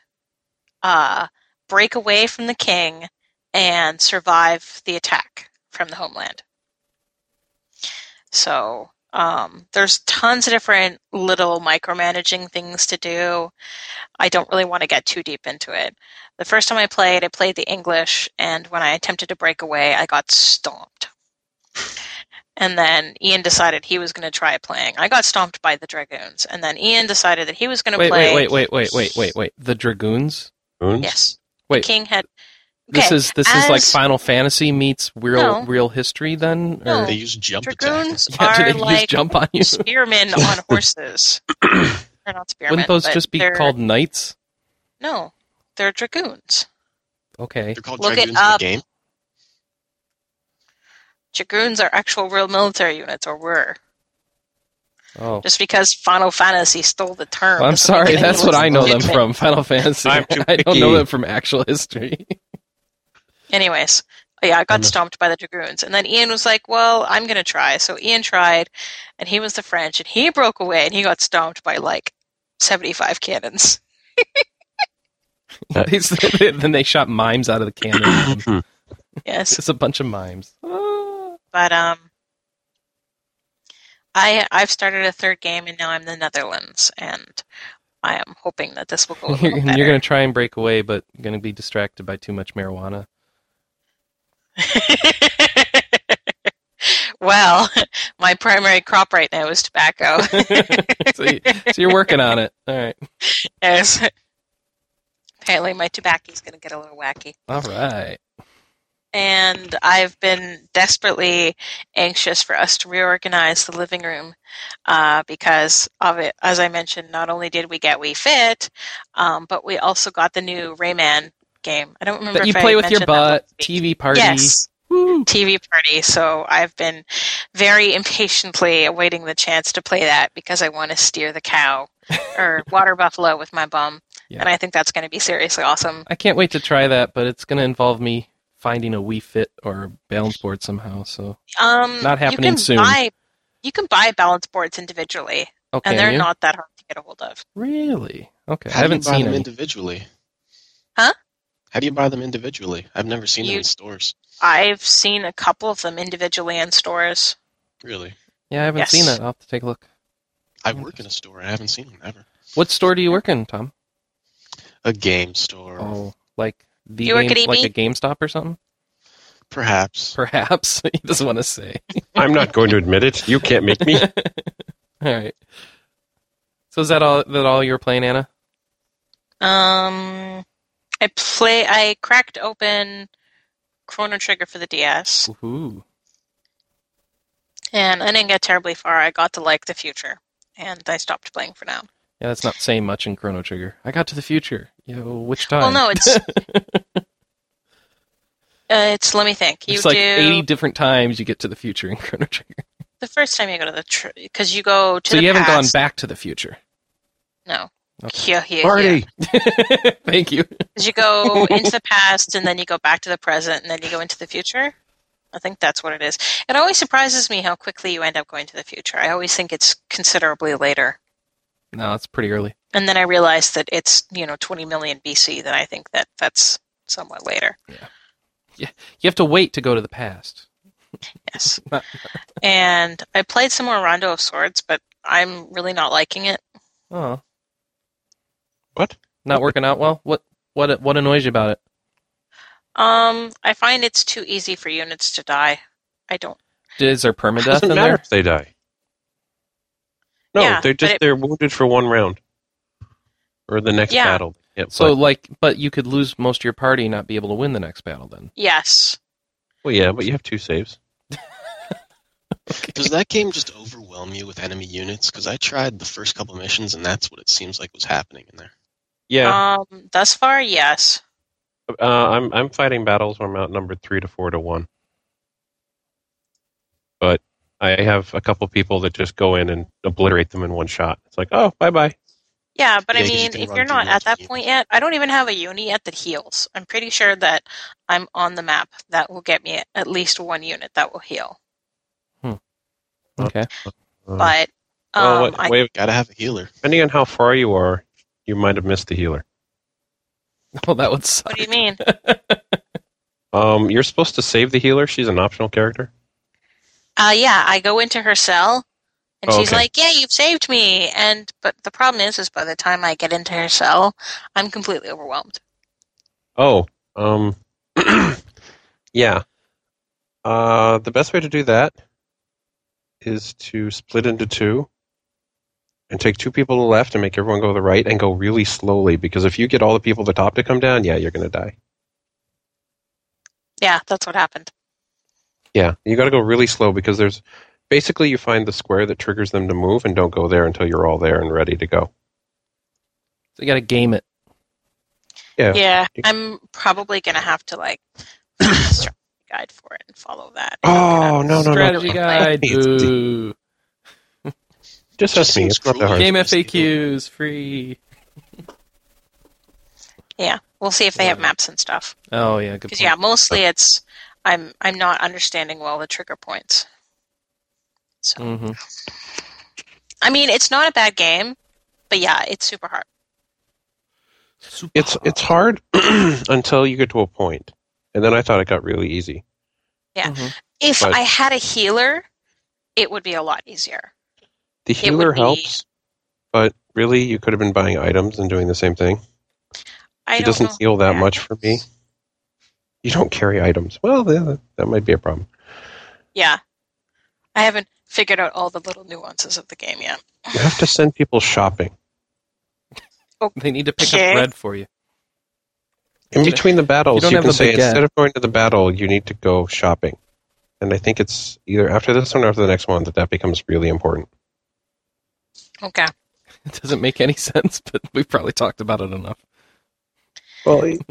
Speaker 3: uh, break away from the king and survive the attack from the homeland. So um, there's tons of different little micromanaging things to do. I don't really want to get too deep into it. The first time I played, I played the English, and when I attempted to break away, I got stomped. And then Ian decided he was going to try playing. I got stomped by the dragoons, and then Ian decided that he was going to
Speaker 1: Wait,
Speaker 3: play.
Speaker 1: wait, wait, wait, wait, wait, wait, wait. The Dragoons?
Speaker 2: Moons?
Speaker 3: Yes.
Speaker 1: Wait.
Speaker 3: The king had. Okay.
Speaker 1: This is this is like
Speaker 3: as-
Speaker 1: Final Fantasy meets real
Speaker 3: No.
Speaker 1: real history then?
Speaker 3: No.
Speaker 4: They use jump
Speaker 3: Dragoons
Speaker 1: yeah,
Speaker 4: attacks.
Speaker 1: do
Speaker 3: are
Speaker 1: they just
Speaker 3: like
Speaker 1: jump on you?
Speaker 3: spearmen on horses. they're not spearmen.
Speaker 1: Wouldn't those
Speaker 3: but
Speaker 1: just be
Speaker 3: they're-
Speaker 1: called knights?
Speaker 3: No, they're dragoons.
Speaker 1: Okay.
Speaker 4: They're called
Speaker 3: Look it
Speaker 4: dragoons in the
Speaker 3: up.
Speaker 4: game.
Speaker 3: Dragoons are actual real military units, or were.
Speaker 1: Oh.
Speaker 3: Just because Final Fantasy stole the term.
Speaker 1: Well, I'm
Speaker 3: doesn't make
Speaker 1: sorry,
Speaker 3: it
Speaker 1: that's
Speaker 3: any
Speaker 1: what I know them
Speaker 3: legitimate.
Speaker 1: from Final Fantasy.
Speaker 2: I'm too
Speaker 1: I don't
Speaker 2: picky.
Speaker 1: know them from actual history.
Speaker 3: Anyways, Yeah, I got
Speaker 2: And the-
Speaker 3: stomped by the dragoons. And then Ian was like, Well, I'm going to try. So Ian tried, and he was the French, and he broke away, and he got stomped by like 75 cannons.
Speaker 1: They s- then they shot mimes out of the cannon.
Speaker 3: Yes.
Speaker 1: it's a bunch of mimes. Ah.
Speaker 3: but um, I, I've started a third game, and now I'm the Netherlands, and I am hoping that this will go a
Speaker 1: You're,
Speaker 3: little
Speaker 1: you're
Speaker 3: better.
Speaker 1: going to try and break away, but you're going to be distracted by too much marijuana.
Speaker 3: well, my primary crop right now is tobacco.
Speaker 1: so, you, so you're working on it. All right.
Speaker 3: Yes. Apparently, my tobacco's going to get a little wacky.
Speaker 1: All right.
Speaker 3: And I've been desperately anxious for us to reorganize the living room uh, because, of it, as I mentioned, not only did we get We Fit, um, but we also got the new Rayman game. I don't remember
Speaker 1: That
Speaker 3: if
Speaker 1: you
Speaker 3: I
Speaker 1: play with your
Speaker 3: mentioned that
Speaker 1: butt,
Speaker 3: last week.
Speaker 1: TV party.
Speaker 3: Yes.
Speaker 1: Woo.
Speaker 3: TV party, so I've been very impatiently awaiting the chance to play that because I want to steer the cow or water buffalo with my bum.
Speaker 1: Yeah.
Speaker 3: And I think that's going to be seriously awesome.
Speaker 1: I can't wait to try that, but it's going to involve me finding a Wii Fit or a balance board somehow. So
Speaker 3: Um,
Speaker 1: Not happening
Speaker 3: you can
Speaker 1: soon.
Speaker 3: Buy, you can buy balance boards individually,
Speaker 1: okay,
Speaker 3: and they're
Speaker 1: you?
Speaker 3: not that hard to get a hold of.
Speaker 1: really okay. I
Speaker 4: How do you
Speaker 1: haven't
Speaker 4: buy
Speaker 1: seen
Speaker 4: them
Speaker 1: any.
Speaker 4: individually?
Speaker 3: Huh?
Speaker 4: How do you buy them individually? I've never seen them
Speaker 3: You-
Speaker 4: in stores.
Speaker 3: I've seen a couple of them individually in stores.
Speaker 4: Really?
Speaker 1: yeah, I haven't
Speaker 3: Yes.
Speaker 1: seen that. I'll have to take a look.
Speaker 4: I work in a store. I haven't seen them ever.
Speaker 1: What store do you work in, Tom?
Speaker 4: A game store,
Speaker 1: Oh, like the
Speaker 3: You work at E
Speaker 1: game, like
Speaker 3: EB?
Speaker 1: a GameStop or something?
Speaker 4: perhaps.
Speaker 1: Perhaps he doesn't want to say.
Speaker 2: I'm not going to admit it. You can't make me.
Speaker 1: All right. So is that all? That all you're playing, Anna?
Speaker 3: Um, I play. I cracked open Chrono Trigger for the DS.
Speaker 1: Ooh.
Speaker 3: And I didn't get terribly far. I got to like the future, and I stopped playing for now.
Speaker 1: Yeah, that's not saying much in Chrono Trigger. I got to the future. Yo, which time?
Speaker 3: Well, no, it's uh, it's. Let me think. You
Speaker 1: It's like
Speaker 3: do
Speaker 1: 80 different times you get to the future in Chrono Trigger.
Speaker 3: the first time you go to the because you go to
Speaker 1: So
Speaker 3: the
Speaker 1: you haven't gone
Speaker 3: past.
Speaker 1: back to the future.
Speaker 3: No.
Speaker 1: Okay.
Speaker 3: Here, here,
Speaker 2: Party.
Speaker 1: Thank you.
Speaker 3: 'Cause you go into the past, and then you go back to the present, and then you go into the future. I think that's what it is. It always surprises me how quickly you end up going to the future. I always think it's considerably later,
Speaker 1: No, it's pretty early.
Speaker 3: and then I realize that it's you know 20 million BC. Then I think that that's somewhat later.
Speaker 1: You have to wait to go to the past.
Speaker 3: Yes. and I played some more Rondo of Swords, but I'm really not liking it.
Speaker 1: Oh.
Speaker 2: What?
Speaker 1: Not working out well? What what what annoys you about it?
Speaker 3: Um, I find it's too easy for units to die. I don't.
Speaker 1: Is there permadeath
Speaker 2: Doesn't
Speaker 1: in
Speaker 2: matter
Speaker 1: there?
Speaker 2: if they die. No,
Speaker 3: Yeah,
Speaker 2: they're
Speaker 3: but
Speaker 2: just
Speaker 3: it-
Speaker 2: they're wounded for one round, or the next
Speaker 3: Yeah.
Speaker 2: battle. Yeah,
Speaker 1: So like but you could lose most of your party and not be able to win the next battle then.
Speaker 3: Yes.
Speaker 2: well, yeah, but you have two saves.
Speaker 4: Does that game just overwhelm you with enemy units? Because I tried the first couple missions, and that's what it seems like was happening in there.
Speaker 2: Yeah,
Speaker 3: Um, thus far, yes. Um,
Speaker 2: uh, I'm I'm fighting battles where I'm outnumbered three to four to one. But I have a couple people that just go in and obliterate them in one shot. It's like, oh, bye bye.
Speaker 3: Yeah, but I
Speaker 4: Yeah, 'cause you
Speaker 3: mean,
Speaker 4: can
Speaker 3: if
Speaker 4: run
Speaker 3: you're
Speaker 4: through
Speaker 3: not at that
Speaker 4: multiple
Speaker 3: point
Speaker 4: units.
Speaker 3: yet, I don't even have a uni yet that heals. I'm pretty sure that I'm on the map. That will get me at least one unit that will heal.
Speaker 2: Oh.
Speaker 1: Okay.
Speaker 3: But um,
Speaker 2: Uh, well, what-
Speaker 3: I,
Speaker 2: wait,
Speaker 4: Gotta have a healer.
Speaker 2: depending on how far you are, you might have missed the healer.
Speaker 1: Well that would suck.
Speaker 3: what do you mean?
Speaker 2: Um, you're supposed to save the healer. She's an optional character.
Speaker 3: Uh, yeah, I go into her cell, and
Speaker 2: Oh,
Speaker 3: she's
Speaker 2: okay.
Speaker 3: like, "Yeah, you've saved me." And but the problem is, is by the time I get into her cell, I'm completely overwhelmed.
Speaker 2: Oh, um, yeah. Uh, the best way to do that is to split into two and take two people to the left and make everyone go to the right and go really slowly because if you get all the people at the top to come down, yeah, you're going to die.
Speaker 3: Yeah, that's what happened.
Speaker 2: Yeah, you got to go really slow because there's basically you find the square that triggers them to move and don't go there until you're all there and ready to go.
Speaker 1: So you gotta game it.
Speaker 2: Yeah.
Speaker 3: Yeah, I'm probably gonna have to like strategy guide for it and follow that.
Speaker 2: Oh, no, no, no.
Speaker 1: Strategy guide.
Speaker 2: It's-
Speaker 1: Ooh.
Speaker 2: Just
Speaker 4: Just
Speaker 2: ask me.
Speaker 4: seems
Speaker 2: It's not that
Speaker 4: cruel.
Speaker 2: hard.
Speaker 1: Game FAQs free.
Speaker 3: We'll see if they have
Speaker 1: Yeah.
Speaker 3: maps and stuff.
Speaker 1: Oh yeah, good
Speaker 3: Because
Speaker 1: point.
Speaker 3: yeah, mostly it's I'm I'm not understanding well the trigger points. So
Speaker 2: Mm.
Speaker 1: hmm
Speaker 3: I mean, it's not a bad game, but yeah, it's super hard.
Speaker 2: It's it's hard until you get to a point, and then I thought it got really easy.
Speaker 3: yeah.
Speaker 1: Mm-hmm.
Speaker 3: If
Speaker 2: But-
Speaker 3: I had a healer, it would be a lot easier.
Speaker 2: The
Speaker 3: would
Speaker 2: healer
Speaker 3: be-
Speaker 2: helps, but really, you could have been buying items and doing the same thing.
Speaker 3: I
Speaker 2: it
Speaker 3: don't
Speaker 2: doesn't
Speaker 3: know.
Speaker 2: heal that
Speaker 3: Yeah.
Speaker 2: much for me. You don't carry items. Well, yeah, that- that might be a problem.
Speaker 3: Yeah. I haven't figured out all the little nuances of the game yet.
Speaker 2: You have to send people shopping.
Speaker 1: They need to pick
Speaker 3: Okay.
Speaker 1: up bread for you.
Speaker 2: In
Speaker 1: Yeah.
Speaker 2: between the
Speaker 1: You
Speaker 2: battles,
Speaker 1: don't
Speaker 2: you
Speaker 1: have
Speaker 2: can
Speaker 1: the
Speaker 2: say
Speaker 1: baguette.
Speaker 2: instead of going to the battle, you need to go shopping. And I think it's either after this one or after the next one that that becomes really important.
Speaker 3: Okay.
Speaker 1: It doesn't make any sense, but we've probably talked about it enough.
Speaker 2: Well, it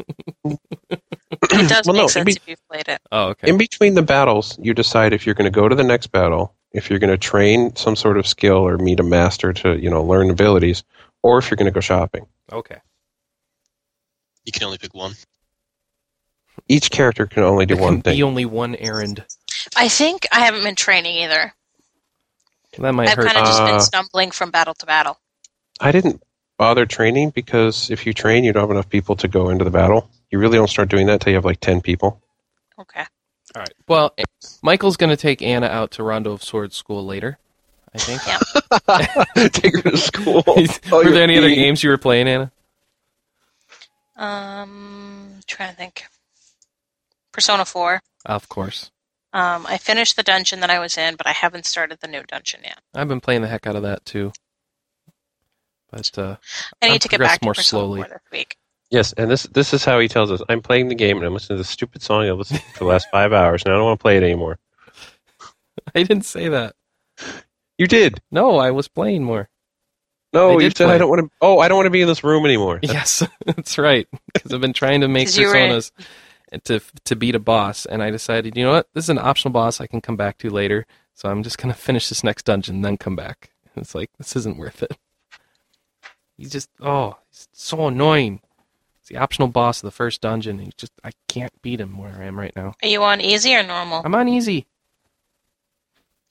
Speaker 3: It does
Speaker 2: well,
Speaker 3: make
Speaker 2: no,
Speaker 3: sense
Speaker 2: in, be-
Speaker 3: if you've played it.
Speaker 1: Oh, okay.
Speaker 2: in between the battles, you decide if you're going to go to the next battle, if you're going to train some sort of skill or meet a master to you know learn abilities, or if you're going to go shopping.
Speaker 1: Okay.
Speaker 4: You can only pick one.
Speaker 2: Each character can only do
Speaker 1: There
Speaker 2: one
Speaker 1: can
Speaker 2: thing.
Speaker 1: be only one errand.
Speaker 3: I think I haven't been training either.
Speaker 1: That might
Speaker 3: I've
Speaker 1: hurt.
Speaker 3: kind of just
Speaker 2: Uh,
Speaker 3: been stumbling from battle to battle.
Speaker 2: I didn't bother training because if you train, you don't have enough people to go into the battle. You really don't start doing that till you have like ten people.
Speaker 3: Okay.
Speaker 1: All right. Well, A- Michael's going to take Anna out to Rondo of Swords School later. I think.
Speaker 3: Yeah.
Speaker 2: Take her to school. Oh,
Speaker 1: Were
Speaker 2: you're
Speaker 1: there any other
Speaker 2: eating.
Speaker 1: games you were playing, Anna?
Speaker 3: Um, trying to think. Persona 4.
Speaker 1: Of course.
Speaker 3: Um, I finished the dungeon that I was in, but I haven't started the new dungeon yet.
Speaker 1: I've been playing the heck out of that too. But uh,
Speaker 3: I need
Speaker 1: I've
Speaker 3: to get
Speaker 1: progressed
Speaker 3: back to
Speaker 1: more
Speaker 3: Persona
Speaker 1: slowly.
Speaker 3: 4 this week.
Speaker 2: Yes, and this this is how he tells us. I'm playing the game and I'm listening to this stupid song I've listened to for the last five hours and I don't want to play it anymore.
Speaker 1: I didn't say that.
Speaker 2: You did.
Speaker 1: No, I was playing more. I
Speaker 2: No, you
Speaker 1: did
Speaker 2: said
Speaker 1: play.
Speaker 2: I don't want to. Oh, I don't want to be in this room anymore.
Speaker 1: Yes, that's right. Because I've been trying to make
Speaker 3: 'Cause you were-
Speaker 1: personas to to beat a boss, and I decided, you know what, this is an optional boss I can come back to later. So I'm just gonna finish this next dungeon, then come back. And it's like this isn't worth it. He's just oh, he's so annoying. He's the optional boss of the first dungeon. And he just I can't beat him where I am right now.
Speaker 3: Are you on easy or normal?
Speaker 1: I'm on easy.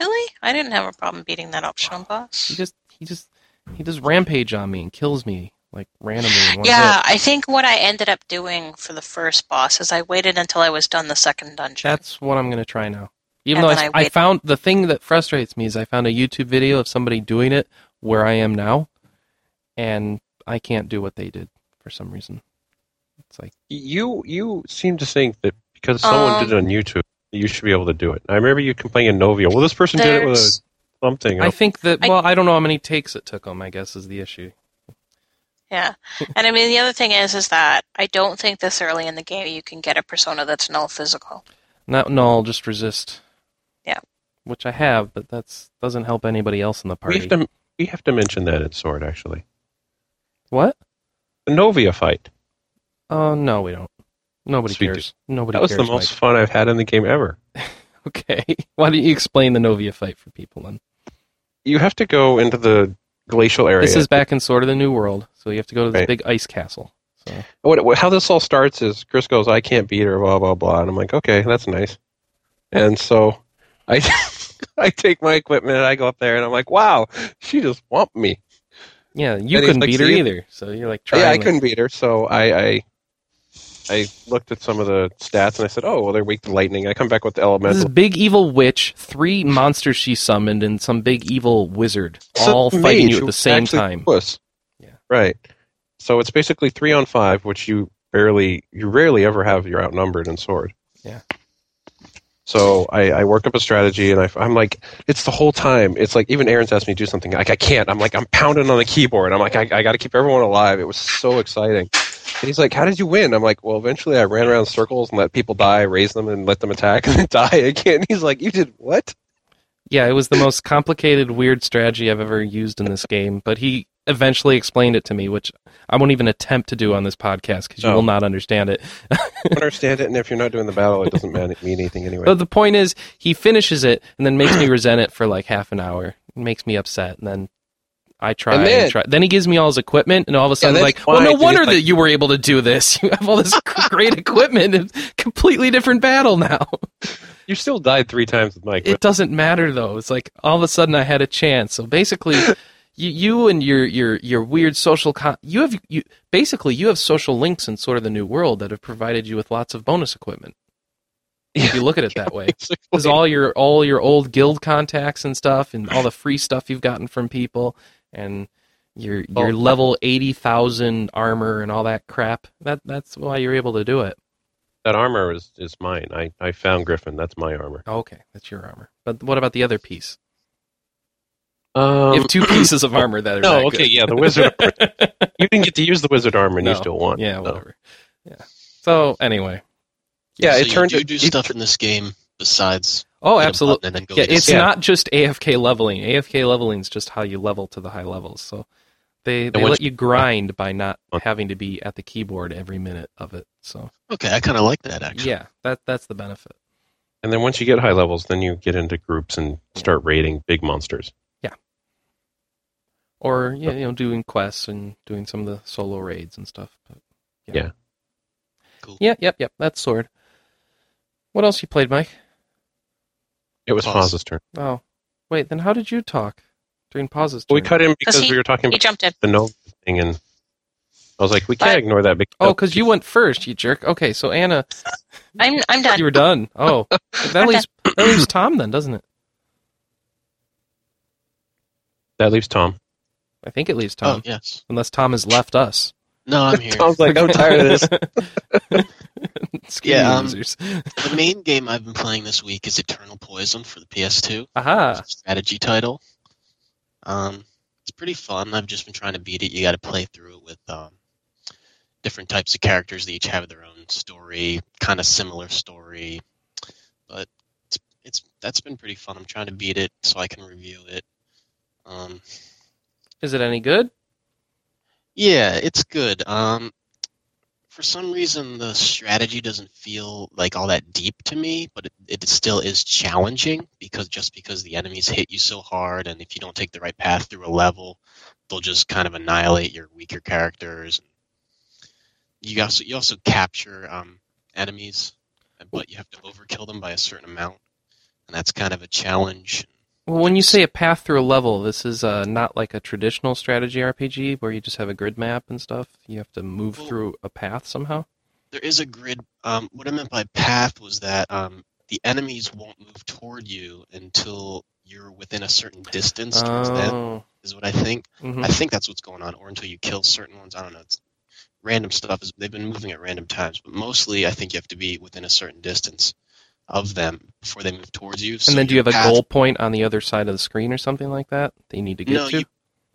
Speaker 3: really? I didn't have a problem beating that optional
Speaker 1: He
Speaker 3: boss.
Speaker 1: just he just he does rampage on me and kills me like randomly. In one
Speaker 3: Yeah,
Speaker 1: hit.
Speaker 3: I think what I ended up doing for the first boss is I waited until I was done the second dungeon.
Speaker 1: That's what I'm going to try now. Even
Speaker 3: And
Speaker 1: though I,
Speaker 3: then
Speaker 1: s-
Speaker 3: I
Speaker 1: I
Speaker 3: wait.
Speaker 1: found the thing that frustrates me is I found a YouTube video of somebody doing it where I am now, and I can't do what they did for some reason. It's like
Speaker 2: You you seem to think that because someone did it on YouTube, you should be able to do it. I remember you complaining in Novia. Well, this person did it with
Speaker 3: There's,
Speaker 2: a something.
Speaker 1: I think that
Speaker 3: I-
Speaker 1: well I don't know how many takes it took them. I guess is the issue.
Speaker 3: yeah, and I mean the other thing is is that I don't think this early in the game you can get a persona that's null physical.
Speaker 1: Not no, I'll just resist.
Speaker 3: Yeah.
Speaker 1: Which I have, but that's doesn't help anybody else in the
Speaker 2: we
Speaker 1: party.
Speaker 2: have to we have to mention that in Sword actually.
Speaker 1: What?
Speaker 2: The Novia fight.
Speaker 1: Oh no, we don't. Nobody
Speaker 2: Yes, we do.
Speaker 1: cares. Nobody
Speaker 2: That was
Speaker 1: cares.
Speaker 2: the most fun I've had in the game ever.
Speaker 1: Mike. Okay. Why don't you explain the Novia fight for people then?
Speaker 2: you have to go into the glacial area.
Speaker 1: This is back in sort of the New World, so you have to go to this
Speaker 2: Right.
Speaker 1: big ice castle. So
Speaker 2: What, what- how this all starts is Chris goes, "I can't beat her," blah blah blah, and I'm like, "Okay, that's nice." And so, I I take my equipment and I go up there and I'm like, "Wow, she just whomped me."
Speaker 1: yeah, you
Speaker 2: And he's
Speaker 1: couldn't
Speaker 2: like,
Speaker 1: beat her
Speaker 2: "See you."
Speaker 1: either. So you're like trying.
Speaker 2: yeah, I
Speaker 1: like-
Speaker 2: couldn't beat her, so I, I I looked at some of the stats and I said, "Oh, well, they're weak to lightning." I come back with the
Speaker 1: This is
Speaker 2: elemental.
Speaker 1: big evil witch, three monsters she summoned, and some big evil wizard,
Speaker 2: It's a
Speaker 1: all fighting
Speaker 2: mage
Speaker 1: you at
Speaker 2: who
Speaker 1: the same
Speaker 2: actually
Speaker 1: time.
Speaker 2: puss.
Speaker 1: Yeah.
Speaker 2: Right. So it's basically three on five, which you barely, you rarely ever have. You're outnumbered in sword.
Speaker 1: Yeah.
Speaker 2: So I, I work up a strategy, and I, am like, it's the whole time. It's like even Aaron's asked me to do something. Like I can't. I'm like I'm pounding on the keyboard. I'm like I, I got to keep everyone alive. It was so exciting. And he's like, how did you win? I'm like, well, eventually I ran around circles and let people die, raise them, and let them attack, and then die again. He's like, you did what?
Speaker 1: Yeah, it was the most complicated, weird strategy I've ever used in this game. But he eventually explained it to me, which I won't even attempt to do on this podcast because you
Speaker 2: No.
Speaker 1: will not understand it.
Speaker 2: don't understand it, and if you're not doing the battle, it doesn't man- mean anything anyway.
Speaker 1: But the point is, he finishes it and then makes me resent it for like half an hour. It makes me upset, and then I try.
Speaker 2: And
Speaker 1: And
Speaker 2: then-
Speaker 1: try. then he gives me all his equipment, and all of a sudden,
Speaker 2: that's
Speaker 1: like, well,
Speaker 2: why
Speaker 1: no
Speaker 2: I did,
Speaker 1: wonder
Speaker 2: like-
Speaker 1: that you were able to do this. You have all this great equipment and completely different battle now.
Speaker 2: You still died three times with Mike.
Speaker 1: It doesn't matter though. It's like all of a sudden I had a chance. So basically, you, you and your your your weird social con- you have you basically you have social links in sort of the new world that have provided you with lots of bonus equipment. If you look at it that way, because all your all your old guild contacts and stuff, and all the free stuff you've gotten from people, and your your
Speaker 2: Oh.
Speaker 1: level eighty thousand armor and all that crap. That that's why you're able to do it.
Speaker 2: that armor is, is mine. I, I found Griffin. That's my armor.
Speaker 1: Oh, Okay, that's your armor. But what about the other piece?
Speaker 2: Um,
Speaker 1: you have two pieces of armor that are
Speaker 2: oh, no,
Speaker 1: that
Speaker 2: okay,
Speaker 1: Um, good.
Speaker 2: yeah, the wizard. you didn't get to use the wizard armor, and you
Speaker 1: No.
Speaker 2: still want.
Speaker 1: yeah,
Speaker 2: so.
Speaker 1: whatever. Yeah. So anyway,
Speaker 2: Yeah,
Speaker 4: so
Speaker 2: it turned.
Speaker 4: You do, do
Speaker 2: it-
Speaker 4: stuff in this game besides
Speaker 1: oh,
Speaker 4: hit a
Speaker 1: absolutely.
Speaker 4: button and then go
Speaker 1: Yeah,
Speaker 4: do
Speaker 1: it's
Speaker 4: stuff.
Speaker 2: Yeah.
Speaker 1: not just AFK leveling. AFK leveling is just how you level to the high levels. So they they
Speaker 2: once
Speaker 1: let you grind by not having to be at the keyboard every minute of it. So
Speaker 4: Okay, I kind of like that actually.
Speaker 1: yeah, that that's the benefit.
Speaker 2: And then once you get high levels, then you get into groups and start raiding big monsters.
Speaker 1: Or you know, doing quests and doing some of the solo raids and stuff. But, yeah.
Speaker 2: Yeah.
Speaker 4: Cool.
Speaker 1: Yeah. Yep. Yep. That's sword. What else you played, Mike?
Speaker 2: It was
Speaker 4: Pause.
Speaker 2: Paz's turn.
Speaker 1: Oh, wait. Then how did you talk during pauses?
Speaker 2: Well, we
Speaker 1: turn?
Speaker 2: cut him because
Speaker 3: he-
Speaker 2: we were talking
Speaker 3: He
Speaker 2: about
Speaker 3: jumped in.
Speaker 2: the no thing, and I was like, we can't
Speaker 3: But-
Speaker 2: ignore that. Because
Speaker 1: Oh, because you went first, you jerk. Okay, so Anna,
Speaker 3: I'm I'm done.
Speaker 1: you were done. Oh, that
Speaker 3: I'm
Speaker 1: leaves that leaves Tom then, doesn't it?
Speaker 2: that leaves Tom.
Speaker 1: I think it leaves Tom,
Speaker 4: Oh yes.
Speaker 1: unless Tom has left us.
Speaker 4: No, I'm here.
Speaker 2: Tom's like, I'm tired of this.
Speaker 1: Screw
Speaker 4: Yeah,
Speaker 1: you
Speaker 4: um,
Speaker 1: losers.
Speaker 4: the main game I've been playing this week is Eternal Poison for the PS2.
Speaker 1: Aha.
Speaker 4: strategy title. Um, it's pretty fun. I've just been trying to beat it. You got to play through it with um, different types of characters. They each have their own story, kind of similar story, but it's, it's that's been pretty fun. I'm trying to beat it so I can review it. Um,
Speaker 1: Is it any good?
Speaker 4: yeah, it's good. Um, for some reason, the strategy doesn't feel like all that deep to me, but it, it still is challenging because just because the enemies hit you so hard, and if you don't take the right path through a level, they'll just kind of annihilate your weaker characters. You also you also capture um, enemies, but you have to overkill them by a certain amount, and that's kind of a challenge.
Speaker 1: Well, when you say a path through a level, this is uh, not like a traditional strategy RPG where you just have a grid map and stuff. You have to move
Speaker 4: Well-
Speaker 1: through a path somehow.
Speaker 4: there is a grid. Um, what I meant by path was that um, the enemies won't move toward you until you're within a certain distance. Towards them
Speaker 1: Oh.
Speaker 4: is what I think.
Speaker 1: mhm.
Speaker 4: I think that's what's going on, or until you kill certain ones. I don't know. It's random stuff. Is they've been moving at random times, but mostly I think you have to be within a certain distance of them before they move towards you. so
Speaker 1: And then do you
Speaker 4: your
Speaker 1: have a
Speaker 4: path-
Speaker 1: goal point on the other side of the screen or something like that that you need to get
Speaker 4: No,
Speaker 1: to?
Speaker 4: you,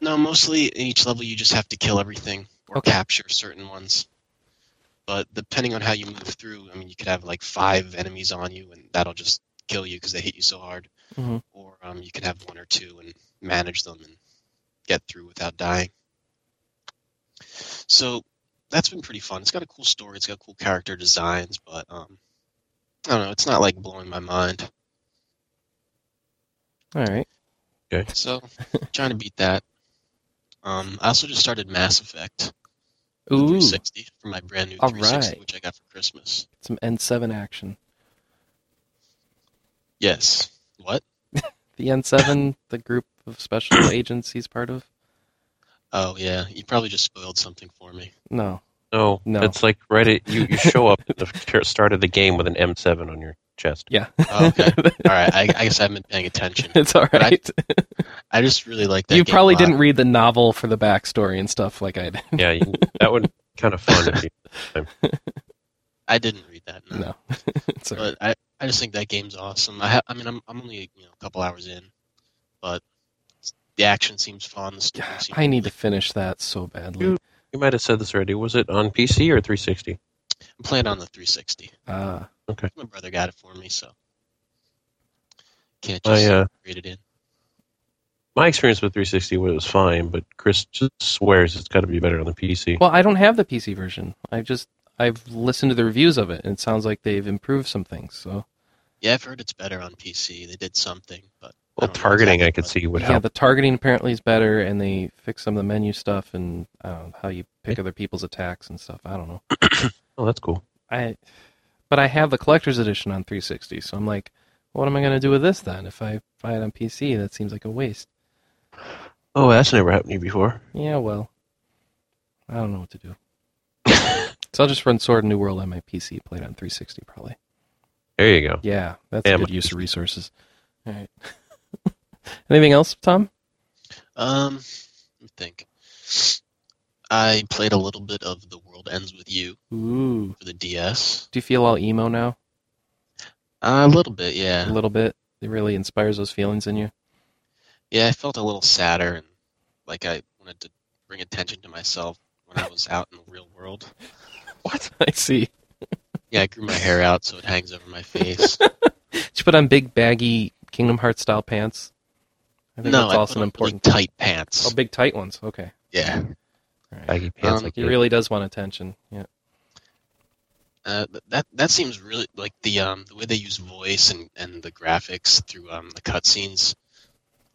Speaker 4: no. Mostly in each level, you just have to kill everything or
Speaker 1: Okay.
Speaker 4: capture certain ones. But depending on how you move through, I mean, you could have like five enemies on you, and that'll just kill you because they hit you so hard.
Speaker 1: Mhm.
Speaker 4: Or um, you could have one or two and manage them and get through without dying. So that's been pretty fun. It's got a cool story. It's got cool character designs, but um, I don't know. It's not like blowing my mind.
Speaker 1: All right.
Speaker 4: So trying to beat that. Um, I also just started Mass Effect the
Speaker 1: Ooh,
Speaker 4: 360 for my brand new
Speaker 1: All
Speaker 4: 360,
Speaker 1: right.
Speaker 4: which I got for Christmas.
Speaker 1: some N7 action.
Speaker 4: Yes. What?
Speaker 1: The N7, the group of special agents he's part of?
Speaker 4: Oh yeah, you probably just spoiled something for me.
Speaker 1: No.
Speaker 2: No,
Speaker 1: No.
Speaker 2: it's like right at you. You show up at the start of the game with an M7 on your chest.
Speaker 1: Yeah.
Speaker 4: Oh, okay. All right. I, I guess I haven't been paying attention.
Speaker 1: it's all
Speaker 4: I
Speaker 1: right.
Speaker 4: I just really like that.
Speaker 1: You
Speaker 4: game
Speaker 1: probably
Speaker 4: a lot.
Speaker 1: didn't read the novel for the backstory and stuff like I did.
Speaker 2: Yeah, you, that would kind of fun. If you,
Speaker 4: I didn't read that. No.
Speaker 1: No. it's all right.
Speaker 4: But I, I just think that game's awesome. I ha- I mean I'm I'm only you know a couple hours in, but the action seems fun. The story seems
Speaker 1: I need to finish that so badly.
Speaker 2: You- you might have said this already. Was it on PC or 360?
Speaker 4: I'm playing on the 360.
Speaker 1: Uh,
Speaker 4: My brother got it for me, so can't
Speaker 2: I
Speaker 4: just
Speaker 2: uh,
Speaker 4: read it in.
Speaker 2: my experience with 360 was it was fine, but Chris just swears it's got to be better on the PC.
Speaker 1: well, I don't have the PC version. I just I've listened to the reviews of it and it sounds like they've improved some things. So
Speaker 4: Yeah, I've heard it's better on PC. They did something, but I
Speaker 2: Well,
Speaker 4: don't know
Speaker 2: targeting
Speaker 4: exactly,
Speaker 2: I could
Speaker 4: but-
Speaker 2: see would
Speaker 1: yeah,
Speaker 2: help.
Speaker 1: the targeting apparently is better, and they fix some of the menu stuff and I don't know, how you pick other people's attacks and stuff. I don't know.
Speaker 2: Oh, that's cool.
Speaker 1: I, but I have the collector's edition on 360, so I'm like, what am I going to do with this then? If I buy it on PC, that seems like a waste.
Speaker 2: Oh, that's never happened to you before.
Speaker 1: Yeah, well, I don't know what to do. so I'll just run Sword and New World on my PC, played on 360 probably.
Speaker 2: There you go.
Speaker 1: Yeah, that's
Speaker 2: Yeah,
Speaker 1: a good
Speaker 2: my-
Speaker 1: use of resources. All right. Anything else, Tom?
Speaker 4: Um, let me think. I played a little bit of The World Ends With You
Speaker 1: Ooh,
Speaker 4: for the DS.
Speaker 1: do you feel all emo now?
Speaker 4: Uh, a little bit,
Speaker 1: A
Speaker 4: yeah.
Speaker 1: little bit. It really inspires those feelings in you.
Speaker 4: Yeah, I felt a little sadder and like I wanted to bring attention to myself when I was out in the real world.
Speaker 1: What? I see.
Speaker 4: Yeah, I grew my hair out so it hangs over my face.
Speaker 1: Did you put on big baggy Kingdom Hearts style pants? I think
Speaker 4: no,
Speaker 1: that's
Speaker 4: I
Speaker 1: also
Speaker 4: put
Speaker 1: an
Speaker 4: on
Speaker 1: important
Speaker 4: really tight
Speaker 1: Oh,
Speaker 4: pants.
Speaker 1: big tight ones. Okay.
Speaker 4: Yeah.
Speaker 1: All right.
Speaker 2: Baggy pants.
Speaker 4: Um,
Speaker 2: like
Speaker 1: He
Speaker 2: you.
Speaker 1: really does want attention. Yeah.
Speaker 4: Uh, th- that that seems really like the um the way they use voice and, and the graphics through um the cutscenes.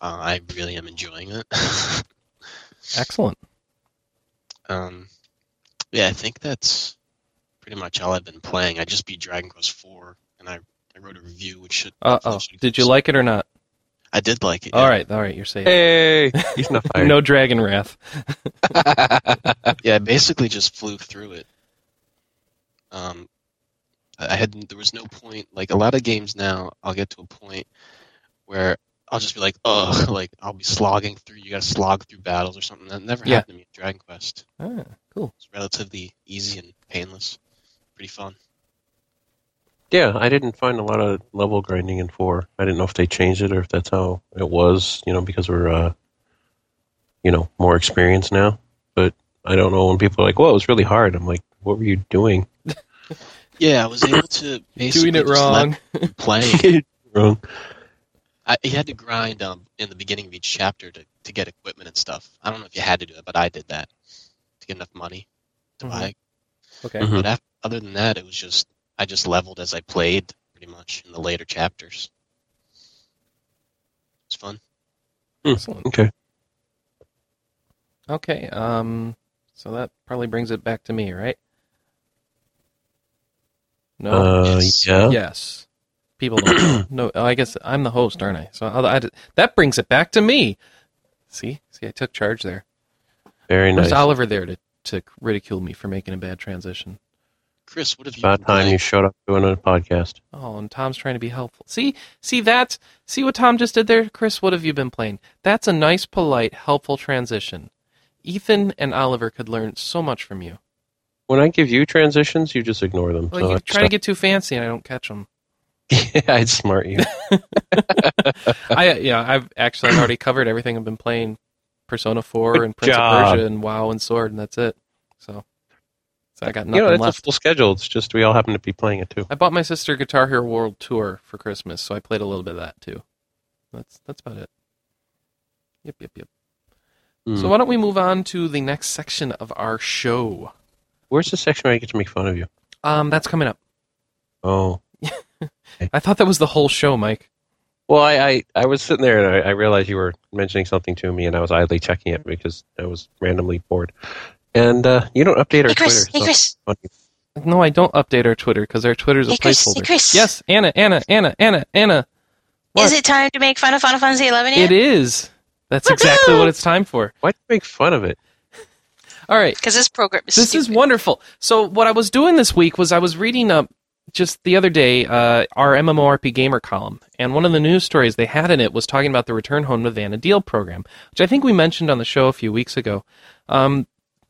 Speaker 4: Uh, I really am enjoying it.
Speaker 1: Excellent.
Speaker 4: Um, yeah, I think that's pretty much all I've been playing. I just beat Dragon Quest Four, and I, I wrote a review which should.
Speaker 1: Uh oh.
Speaker 4: hopefully should-
Speaker 1: Did you like it or not?
Speaker 4: I did like it.
Speaker 1: All right. All right. You're safe.
Speaker 2: Hey, he's not fired.
Speaker 1: no dragon wrath.
Speaker 4: Yeah,
Speaker 1: Mm.
Speaker 4: I basically just flew through it. Um, I I had there was no point. Like a lot of games now, I'll get to a point where I'll just be like, ugh, like I'll be slogging through. You got to slog through battles or something. That never
Speaker 1: Yeah.
Speaker 4: happened to me in Dragon Quest.
Speaker 1: Ah, cool.
Speaker 4: It's relatively easy and painless. Pretty fun.
Speaker 2: Yeah, I didn't find a lot of level grinding in four. I didn't know if they changed it or if that's how it was. You know, because we're, uh, you know, more experienced now. But I don't know when people are like, "Whoa, it was really hard." I'm like, "What were you doing?"
Speaker 4: Yeah, I was able to basically
Speaker 1: Doing it
Speaker 4: just let
Speaker 1: wrong.
Speaker 4: them play.
Speaker 1: Oh,
Speaker 2: Wrong.
Speaker 4: I, you had to grind um, in the beginning of each chapter to, to get equipment and stuff. I don't know if you had to do it, but I did that to get enough money to
Speaker 1: Mhm.
Speaker 4: buy.
Speaker 1: Okay.
Speaker 2: Mhm.
Speaker 4: But af other than that, it was just I just leveled as I played, pretty much in the later chapters. It's fun.
Speaker 1: Excellent.
Speaker 2: Okay.
Speaker 1: Okay. Um. So that probably brings it back to me, right? No.
Speaker 2: Uh,
Speaker 4: Yes.
Speaker 2: yeah.
Speaker 1: Yes. People don't know. No, oh, I guess I'm the host, aren't I? So I, I, that brings it back to me. See, see, I took charge there.
Speaker 2: Very
Speaker 1: There's
Speaker 2: nice.
Speaker 1: Oliver there to, to ridicule me for making a bad transition.
Speaker 4: Chris, what have you?
Speaker 2: About
Speaker 4: been
Speaker 2: time
Speaker 4: playing?
Speaker 2: you showed up doing a podcast.
Speaker 1: Oh, and Tom's trying to be helpful. See, see that's see what Tom just did there, Chris. What have you been playing? That's a nice, polite, helpful transition. Ethan and Oliver could learn so much from you.
Speaker 2: When I give you transitions, you just ignore them.
Speaker 1: Well,
Speaker 2: so
Speaker 1: you
Speaker 2: that's
Speaker 1: try to get too fancy, and I don't catch them.
Speaker 2: yeah, I'd smart you.
Speaker 1: I uh, yeah, I've actually I've already covered everything. I've been playing Persona Four
Speaker 2: Good
Speaker 1: and Prince
Speaker 2: job.
Speaker 1: of Persia and WoW and Sword, and that's it. So, so I got
Speaker 2: you
Speaker 1: nothing
Speaker 2: know, it's a
Speaker 1: left.
Speaker 2: full schedule. It's just we all happen to be playing it too.
Speaker 1: I bought my sister Guitar Hero World Tour for Christmas, so I played a little bit of that too. That's that's about it. Yep, yep, yep. So
Speaker 2: Hmm.
Speaker 1: why don't we move on to the next section of our show?
Speaker 2: Where's the section where I get to make fun of you?
Speaker 1: Um, that's coming up.
Speaker 2: Oh,
Speaker 1: I thought that was the whole show, Mike.
Speaker 2: well, I I, I was sitting there and I, I realized you were mentioning something to me, and I was idly checking it because I was randomly bored. And uh, you don't update our
Speaker 3: Hey, Chris. Hey,
Speaker 2: Twitter. so-
Speaker 3: Chris.
Speaker 1: No, I don't update our Twitter because our Twitter's a
Speaker 3: Hey, Chris. Hey,
Speaker 1: placeholder.
Speaker 3: Chris.
Speaker 1: Yes, Anna, Anna, Anna, Anna, Anna. What?
Speaker 3: Is it time to make fun of Final Fantasy Eleven
Speaker 1: It
Speaker 3: yet?
Speaker 1: is. That's exactly
Speaker 3: Woohoo!
Speaker 1: what it's time for.
Speaker 2: Why do you make fun of it?
Speaker 1: All right.
Speaker 3: Because this program is
Speaker 1: This is
Speaker 3: stupid.
Speaker 1: wonderful. So what I was doing this week was I was reading up just the other day uh, our MMORP gamer column, and one of the news stories they had in it was talking about the Return Home to Vanna Deal program, which I think we mentioned on the show a few weeks ago. Um,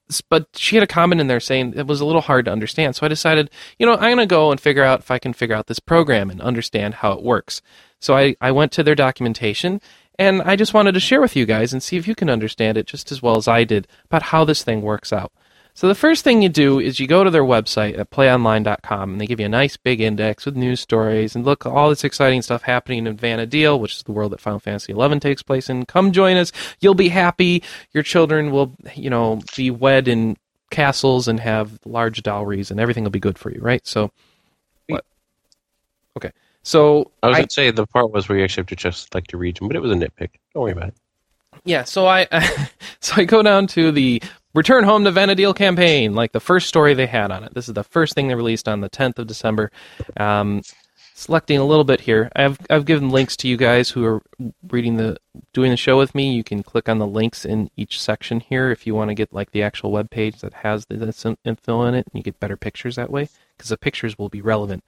Speaker 1: s- but she had a comment in there saying it was a little hard to understand. So I decided, you know, I'm going to go and figure out if I can figure out this program and understand how it works. So I, I went to their documentation and I just wanted to share with you guys and see if you can understand it just as well as I did about how this thing works out. So the first thing you do is you go to their website at playonline.com and they give you a nice big index with news stories and look all this exciting stuff happening in Vanadil, which is the world that Final Fantasy XI takes place in. Come join us. You'll be happy. Your children will, you know, be wed in castles and have large dowries and everything will be good for you, right? So what? Okay. So
Speaker 2: I was
Speaker 1: I-
Speaker 2: gonna say the part was where you actually have to just like to read them, but it was a nitpick. Don't worry about it.
Speaker 1: yeah, so I, so I go down to the Return Home to Vanadil campaign, like the first story they had on it. This is the first thing they released on the 10th of December. Um, selecting a little bit here, I've I've given links to you guys who are reading the doing the show with me. You can click on the links in each section here if you want to get like the actual web page that has the- this in- info in it, and you get better pictures that way because the pictures will be relevant.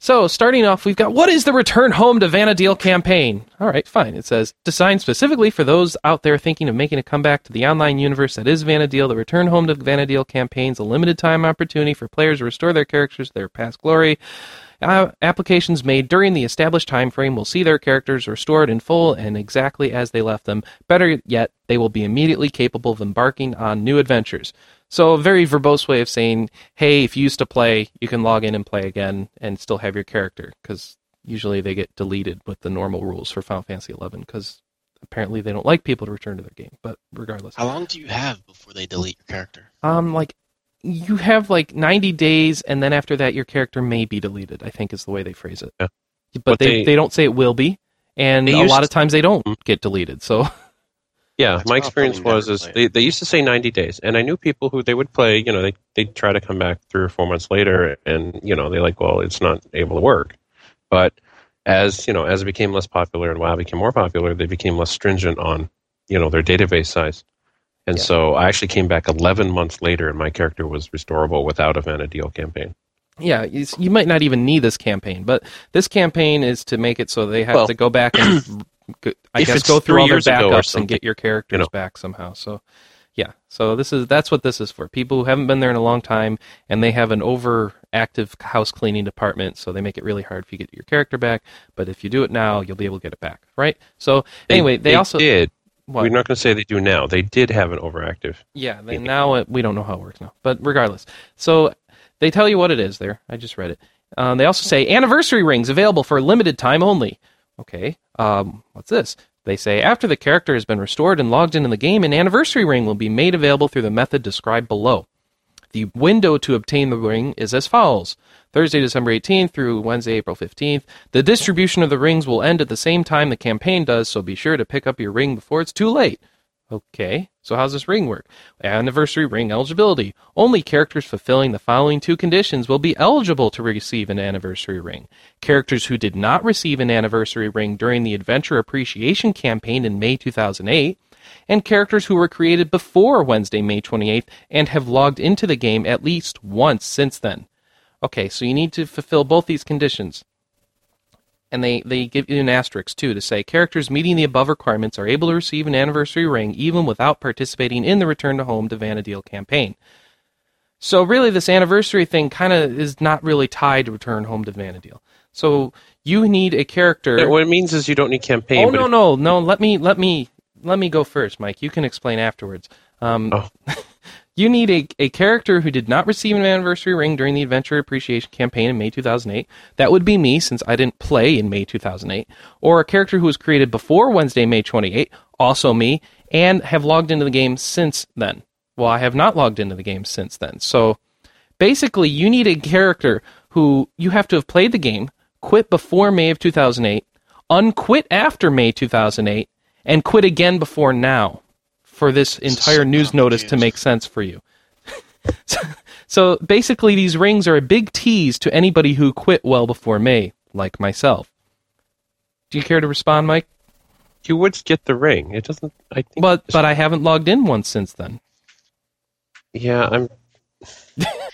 Speaker 1: So, starting off, we've got what is the Return Home to Vanadil campaign? All right, fine. It says designed specifically for those out there thinking of making a comeback to the online universe that is Vanadil. The Return Home to Vanadil campaign's a limited time opportunity for players to restore their characters to their past glory. Uh, applications made during the established time frame will see their characters restored in full and exactly as they left them. Better yet, they will be immediately capable of embarking on new adventures. So, a very verbose way of saying, hey, if you used to play, you can log in and play again and still have your character, because usually they get deleted with the normal rules for Final Fantasy XI, because apparently they don't like people to return to their game. But regardless,
Speaker 4: How long do you have before they delete your character?
Speaker 1: um, like you have like 90 days, and then after that, your character may be deleted. I think is the way they phrase it.
Speaker 2: Yeah.
Speaker 1: But,
Speaker 2: But
Speaker 1: they, they
Speaker 2: they-
Speaker 1: don't say it will be, and
Speaker 2: They
Speaker 1: a
Speaker 2: used
Speaker 1: lot
Speaker 2: to- Mm-hmm.
Speaker 1: of times they don't get deleted. So
Speaker 2: Yeah,
Speaker 4: That's
Speaker 2: my
Speaker 4: why I'll
Speaker 2: experience
Speaker 4: probably
Speaker 2: was
Speaker 4: never
Speaker 2: is
Speaker 4: play it.
Speaker 2: they, they used to say 90 days, and I knew people who they would play. You know, they they would try to come back three or four months later, and you know they like, well, it's not able to work. But as you know, as it became less popular and WoW became more popular, they became less stringent on you know their database size. And
Speaker 1: Yeah.
Speaker 2: so I actually came back 11 months later, and my character was restorable without a Vanadil campaign.
Speaker 1: yeah, it's, you might not even need this campaign, but this campaign is to make it so they have
Speaker 2: Well,
Speaker 1: to go back and go- I
Speaker 2: if
Speaker 1: guess
Speaker 2: it's
Speaker 1: go through
Speaker 2: three
Speaker 1: all their
Speaker 2: years ago or
Speaker 1: backups
Speaker 2: something,
Speaker 1: and get your characters
Speaker 2: you know.
Speaker 1: back somehow. So yeah, so this is that's what this is for. People who haven't been there in a long time and they have an overactive house cleaning department, so they make it really hard for you to get your character back. But if you do it now, you'll be able to get it back, right? So anyway, they, also
Speaker 2: did.
Speaker 1: what?
Speaker 2: We're not going to say they do now. They did have an overactive.
Speaker 1: Yeah, they,
Speaker 2: Yeah.
Speaker 1: now it, we don't know how it works now. But regardless, so they tell you what it is there. I just read it. Um, they also say anniversary rings available for a limited time only. Okay, um, what's this? They say after the character has been restored and logged into the game, an anniversary ring will be made available through the method described below. The window to obtain the ring is as follows Thursday, December 18th through Wednesday, April 15th. The distribution of the rings will end at the same time the campaign does, so be sure to pick up your ring before it's too late. Okay, so how's this ring work? Anniversary ring eligibility. Only characters fulfilling the following two conditions will be eligible to receive an anniversary ring. Characters who did not receive an anniversary ring during the Adventure Appreciation Campaign in May 2008, and characters who were created before Wednesday, May 28th, and have logged into the game at least once since then. Okay, so you need to fulfill both these conditions and they, they give you an asterisk too to say characters meeting the above requirements are able to receive an anniversary ring even without participating in the return to home to Vanadil campaign. So really this anniversary thing kind of is not really tied to return home to Vanadil. So you need a character
Speaker 2: What it means is you don't need campaign.
Speaker 1: Oh
Speaker 2: but
Speaker 1: no
Speaker 2: if-
Speaker 1: no no! Let me let me let me go first, Mike. You can explain afterwards. Um,
Speaker 2: Oh.
Speaker 1: you need a, a character who did not receive an anniversary ring during the Adventure Appreciation Campaign in May 2008. That would be me, since I didn't play in May 2008. Or a character who was created before Wednesday, May 28, also me, and have logged into the game since then. Well, I have not logged into the game since then. So basically, you need a character who you have to have played the game, quit before May of 2008, unquit after May 2008, and quit again before now for this
Speaker 4: is
Speaker 1: entire
Speaker 4: so
Speaker 1: news notice to
Speaker 4: complicated.
Speaker 1: make sense for you. so, so basically, these rings are a big tease to anybody who quit well before May, like myself. Do you care to respond, Mike?
Speaker 2: you would get the ring. It doesn't. I think.
Speaker 1: But but I haven't logged in once since then.
Speaker 2: yeah, I'm.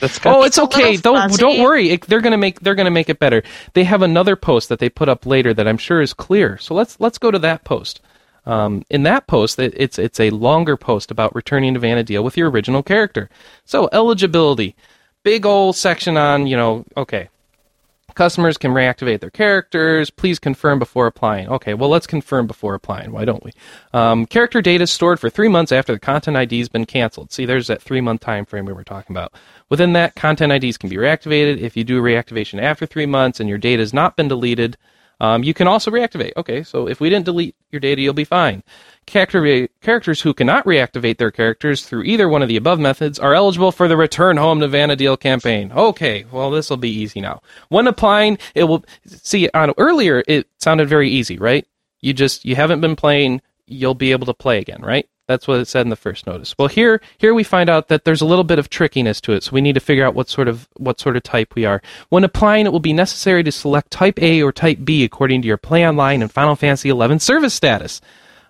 Speaker 2: That's got,
Speaker 1: Oh, it's
Speaker 3: a little
Speaker 1: okay. Don't
Speaker 3: fuzzy.
Speaker 1: don't worry. It, they're gonna make they're gonna make it better. They have another post that they put up later that I'm sure is clear. So let's let's go to that post. Um, in that post, it, it's it's a longer post about returning to Vanadil with your original character. So eligibility, big old section on you know okay. Customers can reactivate their characters. Please confirm before applying. Okay, well, let's confirm before applying. Why don't we? Um, character data stored for three months after the content ID has been canceled. See, there's that three month time frame we were talking about. Within that, content IDs can be reactivated. If you do reactivation after three months and your data has not been deleted, um, you can also reactivate. Okay, so if we didn't delete your data, you'll be fine. Character re- characters who cannot reactivate their characters through either one of the above methods are eligible for the Return Home to Vanadil campaign. Okay, well, this will be easy now. When applying, it will see on earlier. It sounded very easy, right? You just you haven't been playing. You'll be able to play again, right? That's what it said in the first notice. Well, here here we find out that there's a little bit of trickiness to it, so we need to figure out what sort of what sort of type we are. When applying, it will be necessary to select Type A or Type B according to your Play Online and Final Fantasy XI service status.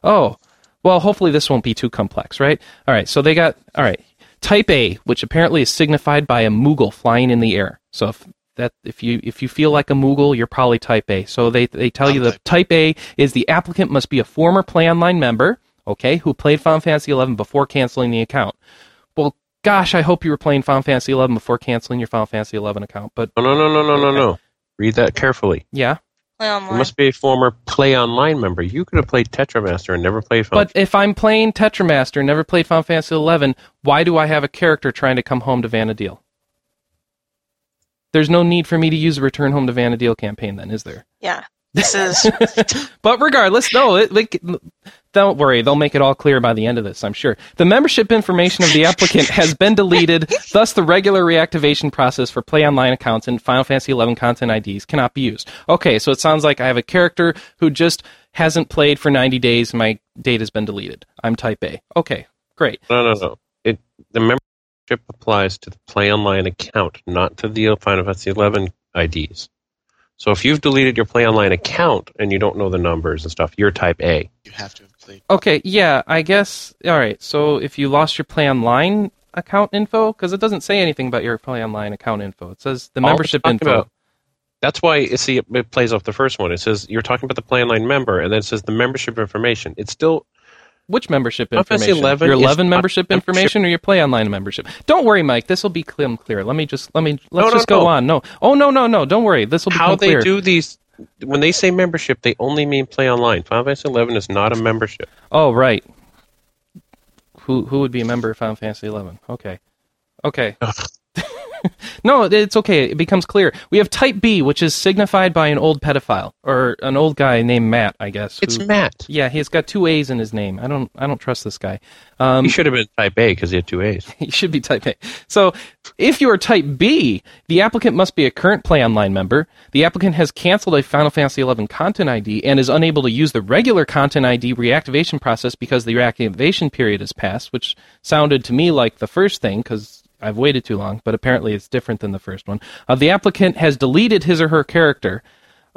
Speaker 1: Oh, well, hopefully this won't be too complex, right? All right, so they got all right. Type A, which apparently is signified by a Moogle flying in the air. So if that if you if you feel like a Moogle, you're probably Type A. So they they tell you that Type A is the applicant must be a former Play Online member, okay, who played Final Fantasy XI before canceling the account. Well, gosh, I hope you were playing Final Fantasy XI before canceling your Final Fantasy XI account. But
Speaker 2: No, no, no, no, no, no, no. Read that carefully.
Speaker 1: yeah,
Speaker 3: Play
Speaker 2: You
Speaker 3: online.
Speaker 2: must be a former Play Online member. You could have played Tetramaster and never played Final
Speaker 1: But if I'm playing Tetramaster and never played Final Fantasy XI, why do I have a character trying to come home to Vanadil? There's no need for me to use a Return Home to Vanadil campaign, then, is there?
Speaker 3: yeah. This is
Speaker 1: but regardless, no, it, it, don't worry. They'll make it all clear by the end of this, I'm sure. The membership information of the applicant has been deleted, thus, the regular reactivation process for Play Online accounts and Final Fantasy XI content IDs cannot be used. Okay, so it sounds like I have a character who just hasn't played for 90 days. and My data's been deleted. I'm type A. Okay, great.
Speaker 2: No, no, no. It the membership applies to the Play Online account, not to the Final Fantasy Eleven IDs. So if you've deleted your Play Online account and you don't know the numbers and stuff, you're Type A.
Speaker 4: You have to have played.
Speaker 1: Okay, yeah, I guess. All right, so if you lost your Play Online account info, because it doesn't say anything about your Play Online account info, it says the
Speaker 2: All
Speaker 1: membership
Speaker 2: we're talking
Speaker 1: info.
Speaker 2: about- That's why you see it, it plays off the first one. It says you're talking about the Play Online member, and then it says the membership information. It's still
Speaker 1: Which membership
Speaker 2: Final Fantasy
Speaker 1: information?
Speaker 2: 11
Speaker 1: your
Speaker 2: is
Speaker 1: 11
Speaker 2: not
Speaker 1: membership
Speaker 2: membership.
Speaker 1: information or your play online membership? Don't worry, Mike. This will be clear. clear. Let me just let me let's
Speaker 2: no,
Speaker 1: just go
Speaker 2: no.
Speaker 1: on. No. Oh no no no. Don't worry. This will
Speaker 2: how
Speaker 1: become
Speaker 2: they
Speaker 1: clear.
Speaker 2: do these. When they say membership, they only mean Play Online. Final Fantasy Eleven is not a membership.
Speaker 1: Oh right. Who who would be a member of Final Fantasy Eleven? Okay. Okay. no, it- it's okay. It becomes clear. We have Type B, which is signified by an old pedophile or an old guy named Matt, I guess.
Speaker 2: It's
Speaker 1: who-
Speaker 2: Matt.
Speaker 1: yeah, he's got two A's in his name. I don't I don't trust this guy. Um,
Speaker 2: He should have been Type A because he had two A's.
Speaker 1: you should be type A. So, if you are type B, the applicant must be a current Play Online member. The applicant has canceled a Final Fantasy XI content ID and is unable to use the regular content ID reactivation process because the reactivation period has passed, which sounded to me like the first thing because I've waited too long, but apparently it's different than the first one. Uh, the applicant has deleted his or her character.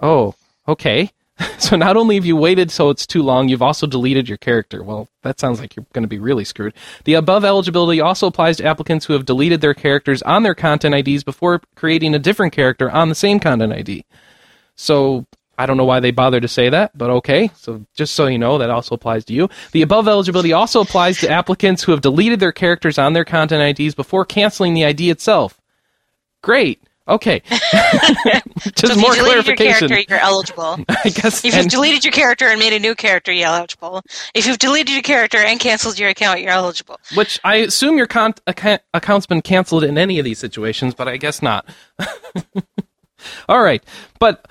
Speaker 1: Oh, okay. So not only have you waited so it's too long, you've also deleted your character. Well, that sounds like you're going to be really screwed. The above eligibility also applies to applicants who have deleted their characters on their content IDs before creating a different character on the same content ID. So I don't know why they bothered to say that, but okay. So just so you know, that also applies to you. The above eligibility also applies to applicants who have deleted their characters on their content IDs before canceling the ID itself. Great. Okay.
Speaker 3: so
Speaker 1: just
Speaker 3: if you
Speaker 1: more
Speaker 3: deleted your
Speaker 1: clarification.
Speaker 3: character, you're eligible.
Speaker 1: I guess.
Speaker 3: If
Speaker 1: and-
Speaker 3: you've deleted your character and made a new character, you're eligible. If you've deleted your character and canceled your account, you're eligible.
Speaker 1: Which I assume your con- account- account's been canceled in any of these situations, but I guess not. all right, but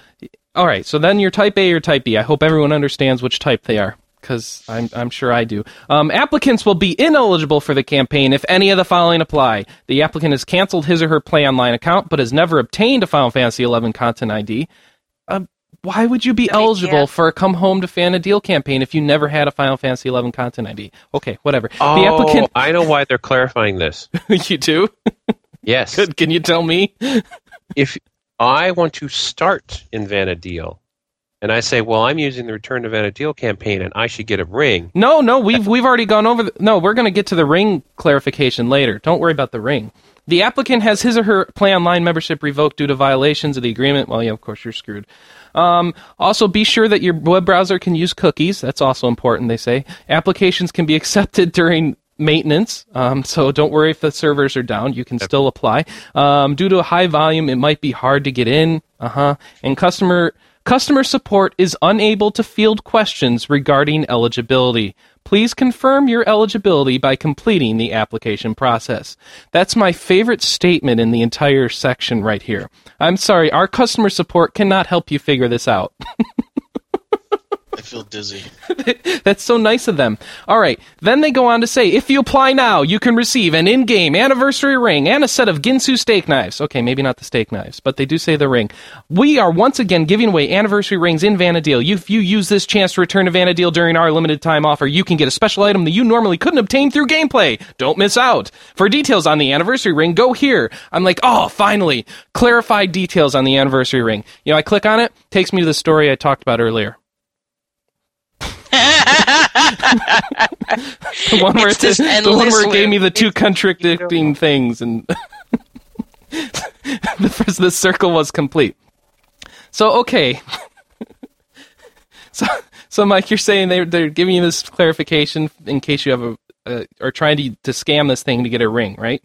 Speaker 1: all right. So then you're type A or type B. I hope everyone understands which type they are, because I'm I'm sure I do. Um, applicants will be ineligible for the campaign if any of the following apply: the applicant has canceled his or her Play Online account, but has never obtained a Final Fantasy XI content ID. Um, why would you be
Speaker 3: idea.
Speaker 1: eligible for a Come Home to Fan a Deal campaign if you never had a Final Fantasy XI content ID? Okay, whatever. the
Speaker 2: Oh,
Speaker 1: applicant
Speaker 2: I know why they're clarifying this.
Speaker 1: you do?
Speaker 2: Yes.
Speaker 1: Good. Can you tell me?
Speaker 2: if I want to start in Vanadil, and I say, well, I'm using the Return to Vanadil campaign, and I should get a ring.
Speaker 1: No, no, we've we've already gone over. The, no, we're going to get to the ring clarification later. Don't worry about the ring. The applicant has his or her Play Online membership revoked due to violations of the agreement. Well, yeah, of course you're screwed. Um, also, be sure that your web browser can use cookies. That's also important. They say applications can be accepted during maintenance. Um, so don't worry if the servers are down. You can still apply. Um, due to a high volume, it might be hard to get in. Uh huh. And customer customer support is unable to field questions regarding eligibility. Please confirm your eligibility by completing the application process. That's my favorite statement in the entire section right here. I'm sorry, our customer support cannot help you figure this out.
Speaker 4: I feel dizzy.
Speaker 1: That's so nice of them. All right. Then they go on to say if you apply now, you can receive an in game anniversary ring and a set of Ginsu steak knives. Okay, maybe not the steak knives, but they do say the ring. We are once again giving away anniversary rings in Vanadil. If you use this chance to return to Vanadil during our limited time offer, you can get a special item that you normally couldn't obtain through gameplay. Don't miss out. For details on the anniversary ring, go here. I'm like, oh, finally, clarified details on the anniversary ring. You know, I click on it, takes me to the story I talked about earlier. The one where
Speaker 3: It's
Speaker 1: it-
Speaker 3: this
Speaker 1: the one where
Speaker 3: endless
Speaker 1: it gave me the
Speaker 3: loop.
Speaker 1: two
Speaker 3: It's
Speaker 1: contradicting things, and the first the circle was complete. So okay, so so Mike, you're saying they they're giving you this clarification in case you have a uh, are trying to to scam this thing to get a ring, right?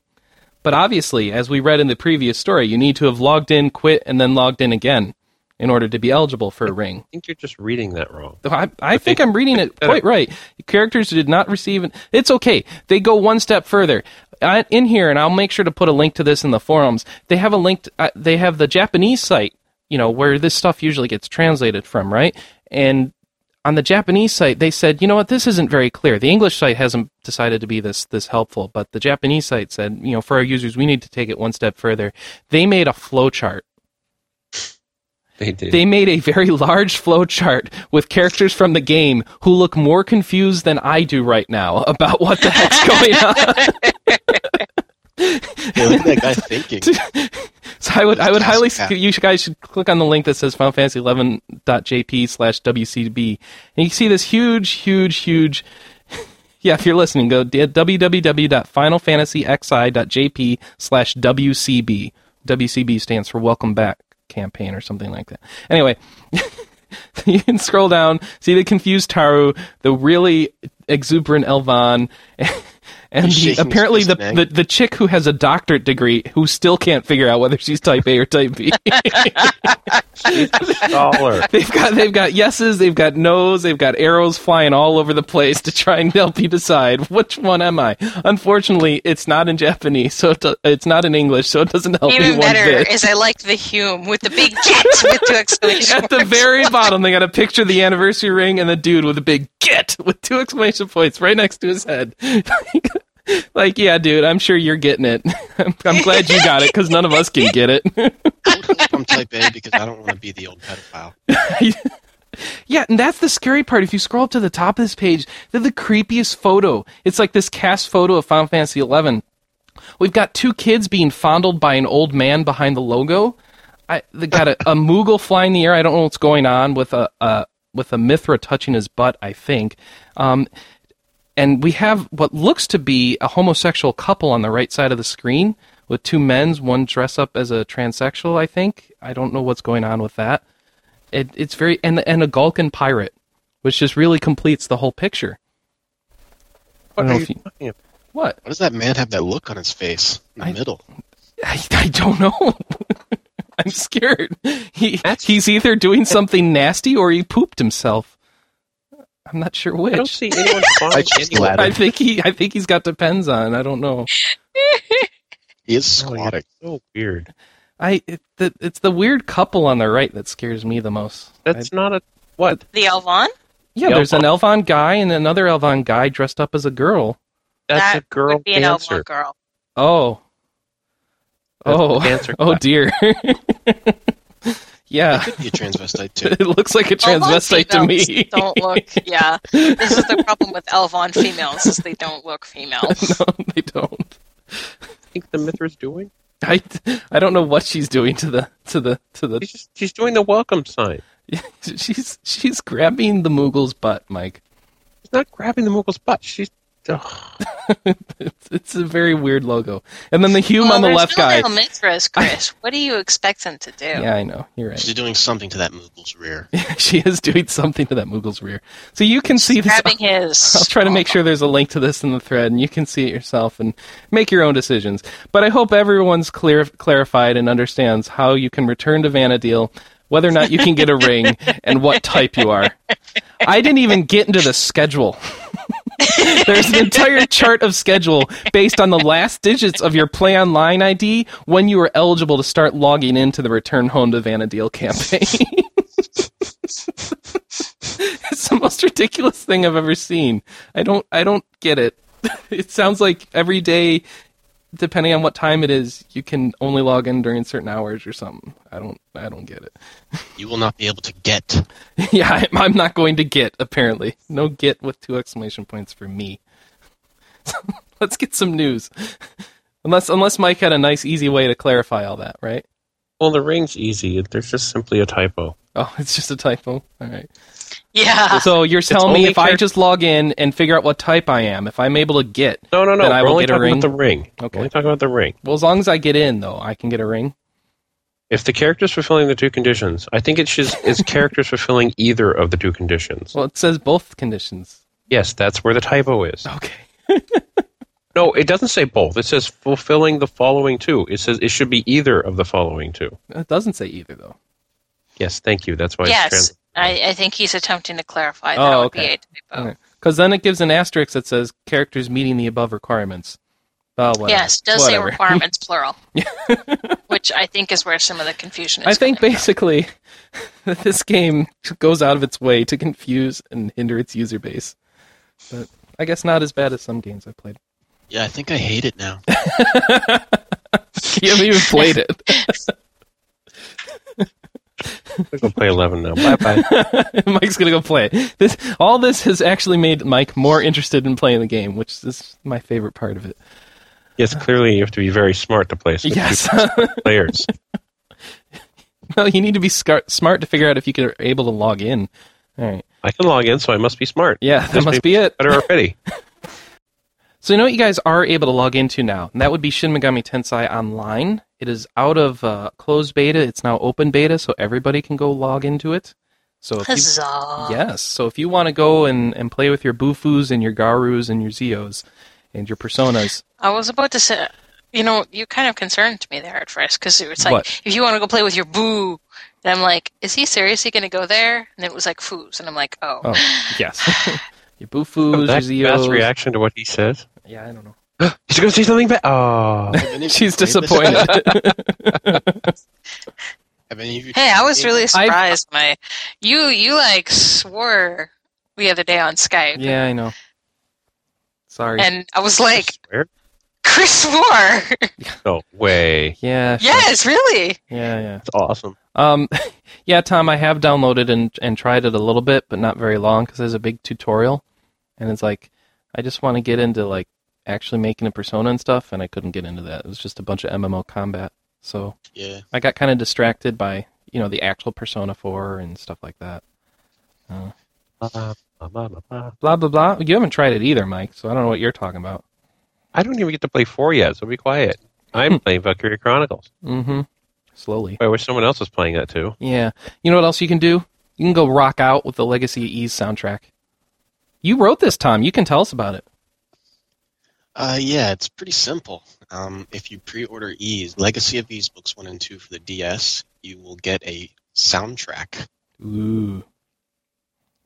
Speaker 1: But obviously, as we read in the previous story, you need to have logged in, quit, and then logged in again in order to be eligible for a ring.
Speaker 2: I think you're just reading that wrong.
Speaker 1: I, I think I'm reading it quite right. Characters who did not receive it. It's okay. They go one step further. I, in here, and I'll make sure to put a link to this in the forums. They have a link. To, uh, they have the Japanese site, you know, where this stuff usually gets translated from, right? And on the Japanese site, they said, you know what, this isn't very clear. The English site hasn't decided to be this this helpful, but the Japanese site said, you know, for our users, we need to take it one step further. They made a flowchart
Speaker 2: They did.
Speaker 1: they made a very large flow chart with characters from the game who look more confused than I do right now about what the heck's going on.
Speaker 4: Yeah, look at that guy thinking.
Speaker 1: So I would I would highly
Speaker 4: Yeah.
Speaker 1: you guys should click on the link that says FinalFantasy11.jp slash WCB and you see this huge huge huge yeah if you're listening go d- www.finalfantasyxi.jp slash WCB WCB stands for Welcome Back campaign or something like that anyway you can scroll down see the confused Taru the really exuberant Elvan. And
Speaker 4: He's
Speaker 1: the,
Speaker 4: shaking his
Speaker 1: apparently,
Speaker 4: fist
Speaker 1: the,
Speaker 4: in
Speaker 1: the the chick who has a doctorate degree who still can't figure out whether she's type A or type B.
Speaker 2: Dollar.
Speaker 1: they've got they've got yeses, they've got nos, they've got arrows flying all over the place to try and help you decide which one am I. Unfortunately, it's not in Japanese, so it do- it's not in English, so it doesn't help me
Speaker 3: Even
Speaker 1: one
Speaker 3: better
Speaker 1: bit.
Speaker 3: is I like the Hume with the big jets with two exclamation
Speaker 1: At the
Speaker 3: marks.
Speaker 1: very bottom, they got a picture of the anniversary ring and the dude with a big get with two exclamation points right next to his head. like, yeah, dude, I'm sure you're getting it. I'm, I'm glad you got it because none of us can get it.
Speaker 4: Don't hope I'm type A because I don't want to be the old pedophile.
Speaker 1: Yeah, and that's the scary part. If you scroll up to the top of this page, they're the creepiest photo. It's like this cast photo of Final Fantasy XI. We've got two kids being fondled by an old man behind the logo. I they got a, a Moogle flying in the air. I don't know what's going on with a, a with a Mithra touching his butt. I think. Um, and we have what looks to be a homosexual couple on the right side of the screen with two men's, one dress up as a transsexual, I think. I don't know what's going on with that. It, it's very and and a Gulkin pirate, which just really completes the whole picture. I
Speaker 2: What
Speaker 1: don't
Speaker 2: are
Speaker 1: know
Speaker 2: you
Speaker 1: if you-
Speaker 2: talking about?
Speaker 1: What?
Speaker 4: Why does that man have that look on his face in the
Speaker 1: I-
Speaker 4: middle?
Speaker 1: I, I don't know. I'm scared. He he's either doing something nasty or he pooped himself. I'm not sure
Speaker 2: I don't
Speaker 1: which.
Speaker 2: see anyone flying
Speaker 4: just
Speaker 2: anywhere.
Speaker 4: laughed.
Speaker 1: I think he I think he's got depends on. I don't know.
Speaker 4: He is
Speaker 2: Oh, yeah.
Speaker 4: squatting.
Speaker 2: So weird.
Speaker 1: I it, the, it's the weird couple on the right that scares me the most.
Speaker 2: That's
Speaker 1: I-
Speaker 2: not a what?
Speaker 3: the Elvon?
Speaker 1: yeah,
Speaker 2: the
Speaker 1: there's an Elvon guy and another Elvon guy dressed up as a girl.
Speaker 2: That's
Speaker 3: That
Speaker 2: a girl
Speaker 3: Would be an
Speaker 2: dancer.
Speaker 3: Elvon girl.
Speaker 1: Oh.
Speaker 2: That's
Speaker 1: Oh.
Speaker 2: a dancer
Speaker 1: Oh
Speaker 2: class.
Speaker 1: dear. yeah.
Speaker 4: Could be a transvestite too.
Speaker 1: It looks like a transvestite to
Speaker 3: Elvon
Speaker 1: me.
Speaker 3: females Don't look. Yeah, this is the problem with Elvon females is they don't look female.
Speaker 1: no, they don't.
Speaker 2: I think the Mithra's doing.
Speaker 1: I, I don't know what she's doing to the to the to the
Speaker 2: She's just she's doing the welcome sign.
Speaker 1: she's she's grabbing the Moogle's butt, Mike.
Speaker 2: She's not grabbing the Moogle's butt. She's ugh.
Speaker 1: It's, it's a very weird logo. And then the Hume
Speaker 3: Well,
Speaker 1: on the
Speaker 3: there's
Speaker 1: left
Speaker 3: no
Speaker 1: guy.
Speaker 3: real Mithras, Chris. What do you expect them to do?
Speaker 1: Yeah, I know. You're right.
Speaker 4: She's doing something to that Moogle's rear.
Speaker 1: she is doing something to that Moogle's rear. So you can see this.
Speaker 3: Grabbing his.
Speaker 1: I'll try to make sure there's a link to this in the thread, and you can see it yourself and make your own decisions. But I hope everyone's clear, clarified and understands how you can return to Vanadil, whether or not you can get a ring, and what type you are. I didn't even get into the schedule. There's an entire chart of schedule based on the last digits of your Play Online ID when you are eligible to start logging into the Return Home to Vanadil campaign. it's the most ridiculous thing I've ever seen. I don't I don't get it. It sounds like every day, depending on what time it is, you can only log in during certain hours or something. I don't I don't get it.
Speaker 4: You will not be able to get.
Speaker 1: yeah, I'm, I'm not going to get apparently. No get with two exclamation points for me. Let's get some news. Unless unless Mike had a nice easy way to clarify all that, right?
Speaker 2: Well, the ring's easy. There's just simply a typo.
Speaker 1: Oh, it's just a typo. All right.
Speaker 3: Yeah.
Speaker 1: So you're telling
Speaker 2: only
Speaker 1: me if I
Speaker 2: char-
Speaker 1: just log in and figure out what type I am, if I'm able to get,
Speaker 2: No, no, no.
Speaker 1: Then I
Speaker 2: We're
Speaker 1: will
Speaker 2: only
Speaker 1: get a
Speaker 2: talking
Speaker 1: ring?
Speaker 2: about the ring.
Speaker 1: Okay.
Speaker 2: We're only talking about the ring.
Speaker 1: well, as long as I get in though, I can get a ring.
Speaker 2: If the character's fulfilling the two conditions, I think it's just is characters fulfilling either of the two conditions.
Speaker 1: Well, it says both conditions.
Speaker 2: yes, that's where the typo is.
Speaker 1: Okay.
Speaker 2: No, it doesn't say both. It says fulfilling the following two. It says it should be either of the following two.
Speaker 1: It doesn't say either though.
Speaker 2: Yes, thank you. That's why. it's
Speaker 3: yes.
Speaker 2: trans-
Speaker 3: I, I think he's attempting to clarify that
Speaker 1: Oh,
Speaker 3: would
Speaker 1: okay.
Speaker 3: be a typo.
Speaker 1: Okay. Because then it gives an asterisk that says characters meeting the above requirements. Oh, whatever.
Speaker 3: Yes, does
Speaker 1: whatever.
Speaker 3: say requirements plural, which I think is where some of the confusion is.
Speaker 1: I think
Speaker 3: coming
Speaker 1: basically that this game goes out of its way to confuse and hinder its user base. But I guess not as bad as some games I've played.
Speaker 4: Yeah, I think I hate it now.
Speaker 1: you haven't even played it.
Speaker 2: I'm gonna play eleven now. Bye bye.
Speaker 1: Mike's gonna go play. This all this has actually made Mike more interested in playing the game, which is my favorite part of it.
Speaker 2: yes, clearly you have to be very smart to play some
Speaker 1: Yes.
Speaker 2: players.
Speaker 1: no, you need to be scar- smart to figure out if you can- are able to log in. All right.
Speaker 2: I can log in, so I must be smart.
Speaker 1: Yeah, that
Speaker 2: This
Speaker 1: must
Speaker 2: may
Speaker 1: be it.
Speaker 2: Better already.
Speaker 1: So you know what you guys are able to log into now, and that would be Shin Megami Tensei Online. It is out of uh, closed beta; it's now open beta, so everybody can go log into it. So
Speaker 3: up.
Speaker 1: if you,
Speaker 3: Huzzah.
Speaker 1: Yes. So if you want to go and, and play with your Bufus and your Garus and your Zeos and your Personas,
Speaker 3: I was about to say, you know, you kind of concerned me there at first because it was like,
Speaker 1: What?
Speaker 3: if you want to go play with your boo, and I'm like, is he seriously going to go there? And it was like foos, and I'm like, oh,
Speaker 1: Oh, yes. your Bufus,
Speaker 2: That's
Speaker 1: your
Speaker 2: Oh, fast
Speaker 1: Zeos.
Speaker 2: reaction to what he says.
Speaker 1: Yeah, I don't know.
Speaker 2: He's gonna say something bad. Oh,
Speaker 4: Have any of you
Speaker 1: She's
Speaker 4: played this?
Speaker 1: disappointed.
Speaker 4: Have any of you
Speaker 3: hey, I was
Speaker 4: played
Speaker 3: really surprised when I, you, you like swore the other day on Skype,
Speaker 1: yeah, I know. Sorry.
Speaker 3: and I was like,
Speaker 2: Swear?
Speaker 3: Chris swore,
Speaker 2: no way.
Speaker 1: yeah. sure.
Speaker 3: yes, really,
Speaker 1: Yeah, yeah.
Speaker 2: That's awesome.
Speaker 1: Um, yeah, Tom, I have downloaded and, and tried it a little bit, but not very long because there's a big tutorial, and it's like I just want to get into like actually making a persona and stuff, and I couldn't get into that. It was just a bunch of MMO combat. So
Speaker 4: Yeah.
Speaker 1: I got kind of distracted by you know the actual Persona 4 and stuff like that. Uh,
Speaker 2: Ba, ba, ba, ba, ba.
Speaker 1: Blah blah blah. You haven't tried it either, Mike. So I don't know what you're talking about.
Speaker 2: I don't even get to play four yet, so be quiet.
Speaker 1: Hmm.
Speaker 2: I'm playing Valkyria Chronicles.
Speaker 1: Mm-hmm. Slowly.
Speaker 2: I wish someone else was playing that too.
Speaker 1: Yeah. You know what else you can do? You can go rock out with the Legacy of Ease soundtrack. You wrote this, Tom. You can tell us about it.
Speaker 4: Uh, yeah, it's pretty simple. Um, if you pre-order Ease, Legacy of Ease books one and two for the DS, you will get a soundtrack.
Speaker 1: Ooh.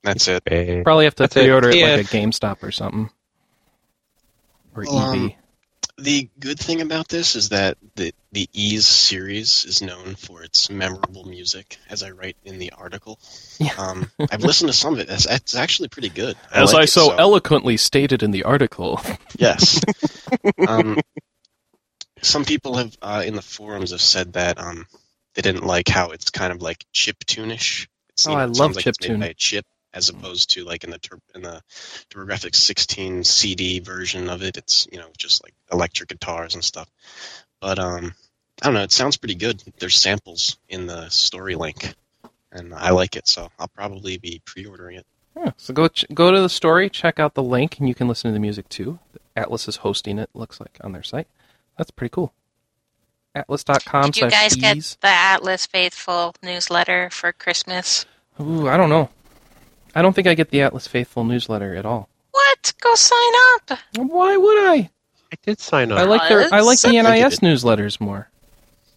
Speaker 4: That's it.
Speaker 2: Eh.
Speaker 1: Probably have to
Speaker 2: That's it.
Speaker 1: pre-order it,
Speaker 2: Yeah.
Speaker 1: like a GameStop or something. Or E
Speaker 4: Well, um,
Speaker 1: EB.
Speaker 4: The good thing about this is that the the Ease series is known for its memorable music, as I write in the article.
Speaker 1: Yeah.
Speaker 4: Um, I've listened to some of it. It's, it's actually pretty good. like it,
Speaker 1: eloquently stated in the article.
Speaker 4: Yes. um, some people have uh, in the forums have said that um, they didn't like how it's kind of like chip tunish. It's,
Speaker 1: Oh, I
Speaker 4: it
Speaker 1: love
Speaker 4: sounds like it's
Speaker 1: chiptune.
Speaker 4: made by a chip as opposed to like in the tur- in the TurboGrafx 16 CD version of it. It's you know just like electric guitars and stuff. But um, I don't know. It sounds pretty good. There's samples in the story link, and I like it. So I'll probably be pre-ordering it.
Speaker 1: Yeah, so go ch- go to the story, check out the link, and you can listen to the music too. Atlas is hosting it. Looks like on their site. That's pretty cool. Atlas.com
Speaker 3: did you
Speaker 1: slash
Speaker 3: guys get
Speaker 1: ease.
Speaker 3: the Atlas Faithful newsletter for Christmas?
Speaker 1: Ooh, I don't know. I don't think I get the Atlas Faithful newsletter at all.
Speaker 3: What? Go sign up.
Speaker 1: Why would I?
Speaker 2: I did sign up.
Speaker 1: I like their I like the
Speaker 4: Atlas.
Speaker 1: NIS newsletters more.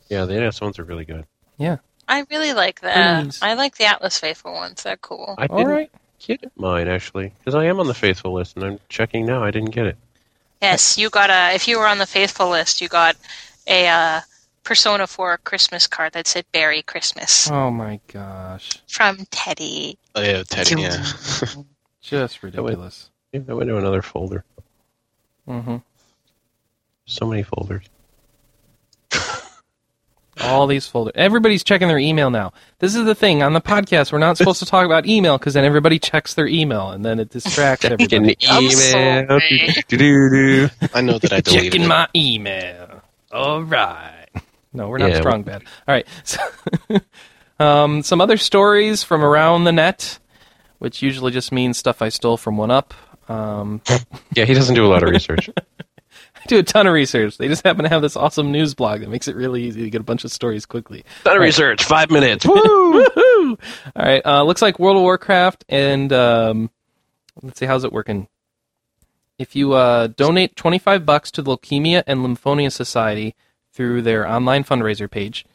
Speaker 2: yeah, the NS ones are really good.
Speaker 3: I really like that.
Speaker 1: Please.
Speaker 3: I like the Atlas Faithful ones. They're cool.
Speaker 2: I
Speaker 1: All
Speaker 2: didn't
Speaker 1: right.
Speaker 2: get mine actually because I am on the faithful list, and I'm checking now. I didn't get it.
Speaker 3: Yes, you got a. If you were on the faithful list, you got a uh, Persona 4 Christmas card that said Merry Christmas
Speaker 1: Oh my gosh.
Speaker 3: from Teddy.
Speaker 4: Oh, yeah, Teddy, yeah.
Speaker 1: Just ridiculous.
Speaker 2: Yeah, I went to another folder.
Speaker 1: hmm
Speaker 2: So many folders.
Speaker 1: All these folders. Everybody's checking their email now. This is the thing. On the podcast, we're not supposed to talk about email because then everybody checks their email and then it distracts
Speaker 2: Getting
Speaker 1: everybody.
Speaker 2: the
Speaker 3: I'm
Speaker 2: email.
Speaker 3: sorry.
Speaker 2: Do-do-do-do.
Speaker 4: I know that I deleted
Speaker 1: Checking
Speaker 4: it.
Speaker 1: my email. All right. No, we're not
Speaker 2: Yeah,
Speaker 1: strong, bad. All right. So, um, some other stories from around the net, which usually just means stuff I stole from One Up. Um,
Speaker 2: yeah, he doesn't do a lot of research.
Speaker 1: I do a ton of research. They just happen to have this awesome news blog that makes it really easy to get a bunch of stories quickly.
Speaker 2: Done research, five minutes. Woo!
Speaker 1: Woohoo! All right. Uh, looks like World of Warcraft and um, let's see how's it working. If you uh, donate twenty five bucks to the Leukemia and Lymphonia Society through their online fundraiser page,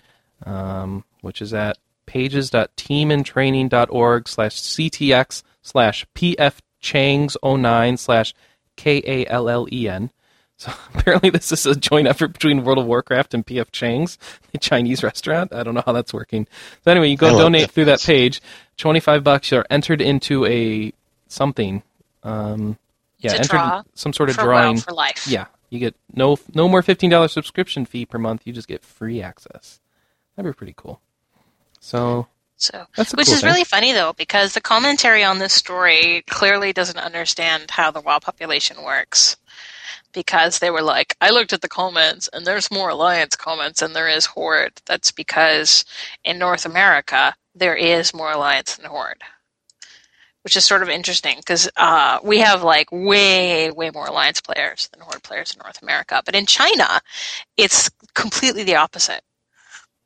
Speaker 1: um, which is at pages.teamandtraining.org slash ctx slash pfchangs09 slash k-a-l-l-e-n E so apparently this is a joint effort between world of warcraft and pf chang's the chinese restaurant i don't know how that's working so anyway you
Speaker 4: I
Speaker 1: go
Speaker 4: love
Speaker 1: donate
Speaker 4: that
Speaker 1: through that
Speaker 4: place.
Speaker 1: page 25 bucks you're entered into a something um yeah
Speaker 3: To
Speaker 1: entered
Speaker 3: draw
Speaker 1: some sort of
Speaker 3: for
Speaker 1: drawing
Speaker 3: WoW for life.
Speaker 1: yeah, you get no no more fifteen dollar subscription fee per month. You just get free access. That'd be pretty cool. So
Speaker 3: So
Speaker 1: that's a
Speaker 3: Which
Speaker 1: cool
Speaker 3: is
Speaker 1: thing.
Speaker 3: really funny though, because the commentary on this story clearly doesn't understand how the WoW population works. Because they were like, I looked at the comments, and there's more Alliance comments than there is Horde. That's because in North America there is more Alliance than Horde, which is sort of interesting because uh, we have like way, way more Alliance players than Horde players in North America. But in China, it's completely the opposite.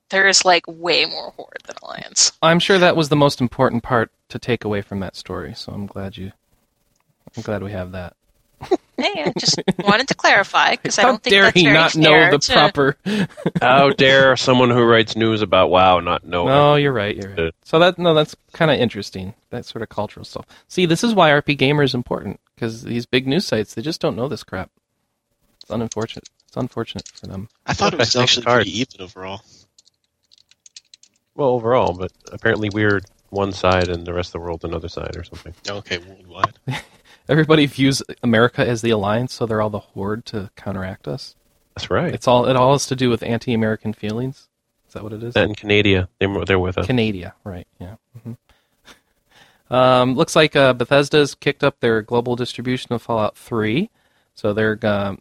Speaker 3: There is like way more Horde than Alliance.
Speaker 1: I'm sure that was the most important part to take away from that story. So I'm glad you. I'm glad we have that.
Speaker 3: Hey, I just wanted to clarify because I
Speaker 1: How
Speaker 3: don't think
Speaker 1: dare
Speaker 3: that's
Speaker 1: he
Speaker 3: very
Speaker 1: not
Speaker 3: fair
Speaker 1: know the
Speaker 3: to-
Speaker 1: proper?
Speaker 2: How dare someone who writes news about WoW not know?
Speaker 1: No, you're right. You're right. So that no, that's kind of interesting. That sort of cultural stuff. See, this is why RP Gamer is important because these big news sites they just don't know this crap. It's unfortunate. It's unfortunate for them.
Speaker 4: I thought it was
Speaker 2: That's
Speaker 4: actually
Speaker 2: hard.
Speaker 4: pretty even overall.
Speaker 2: Well, overall, but apparently we're one side and the rest of the world another side or something.
Speaker 4: Okay, worldwide.
Speaker 1: Everybody views America as the alliance, so they're all the horde to counteract us.
Speaker 2: That's right.
Speaker 1: It's all it all has to do with anti-American feelings. Is that what it is?
Speaker 2: That in Canada, they're, they're with us.
Speaker 1: Canada, right? Yeah. hmm Um, looks like uh, Bethesda's kicked up their global distribution of Fallout Three, so they're um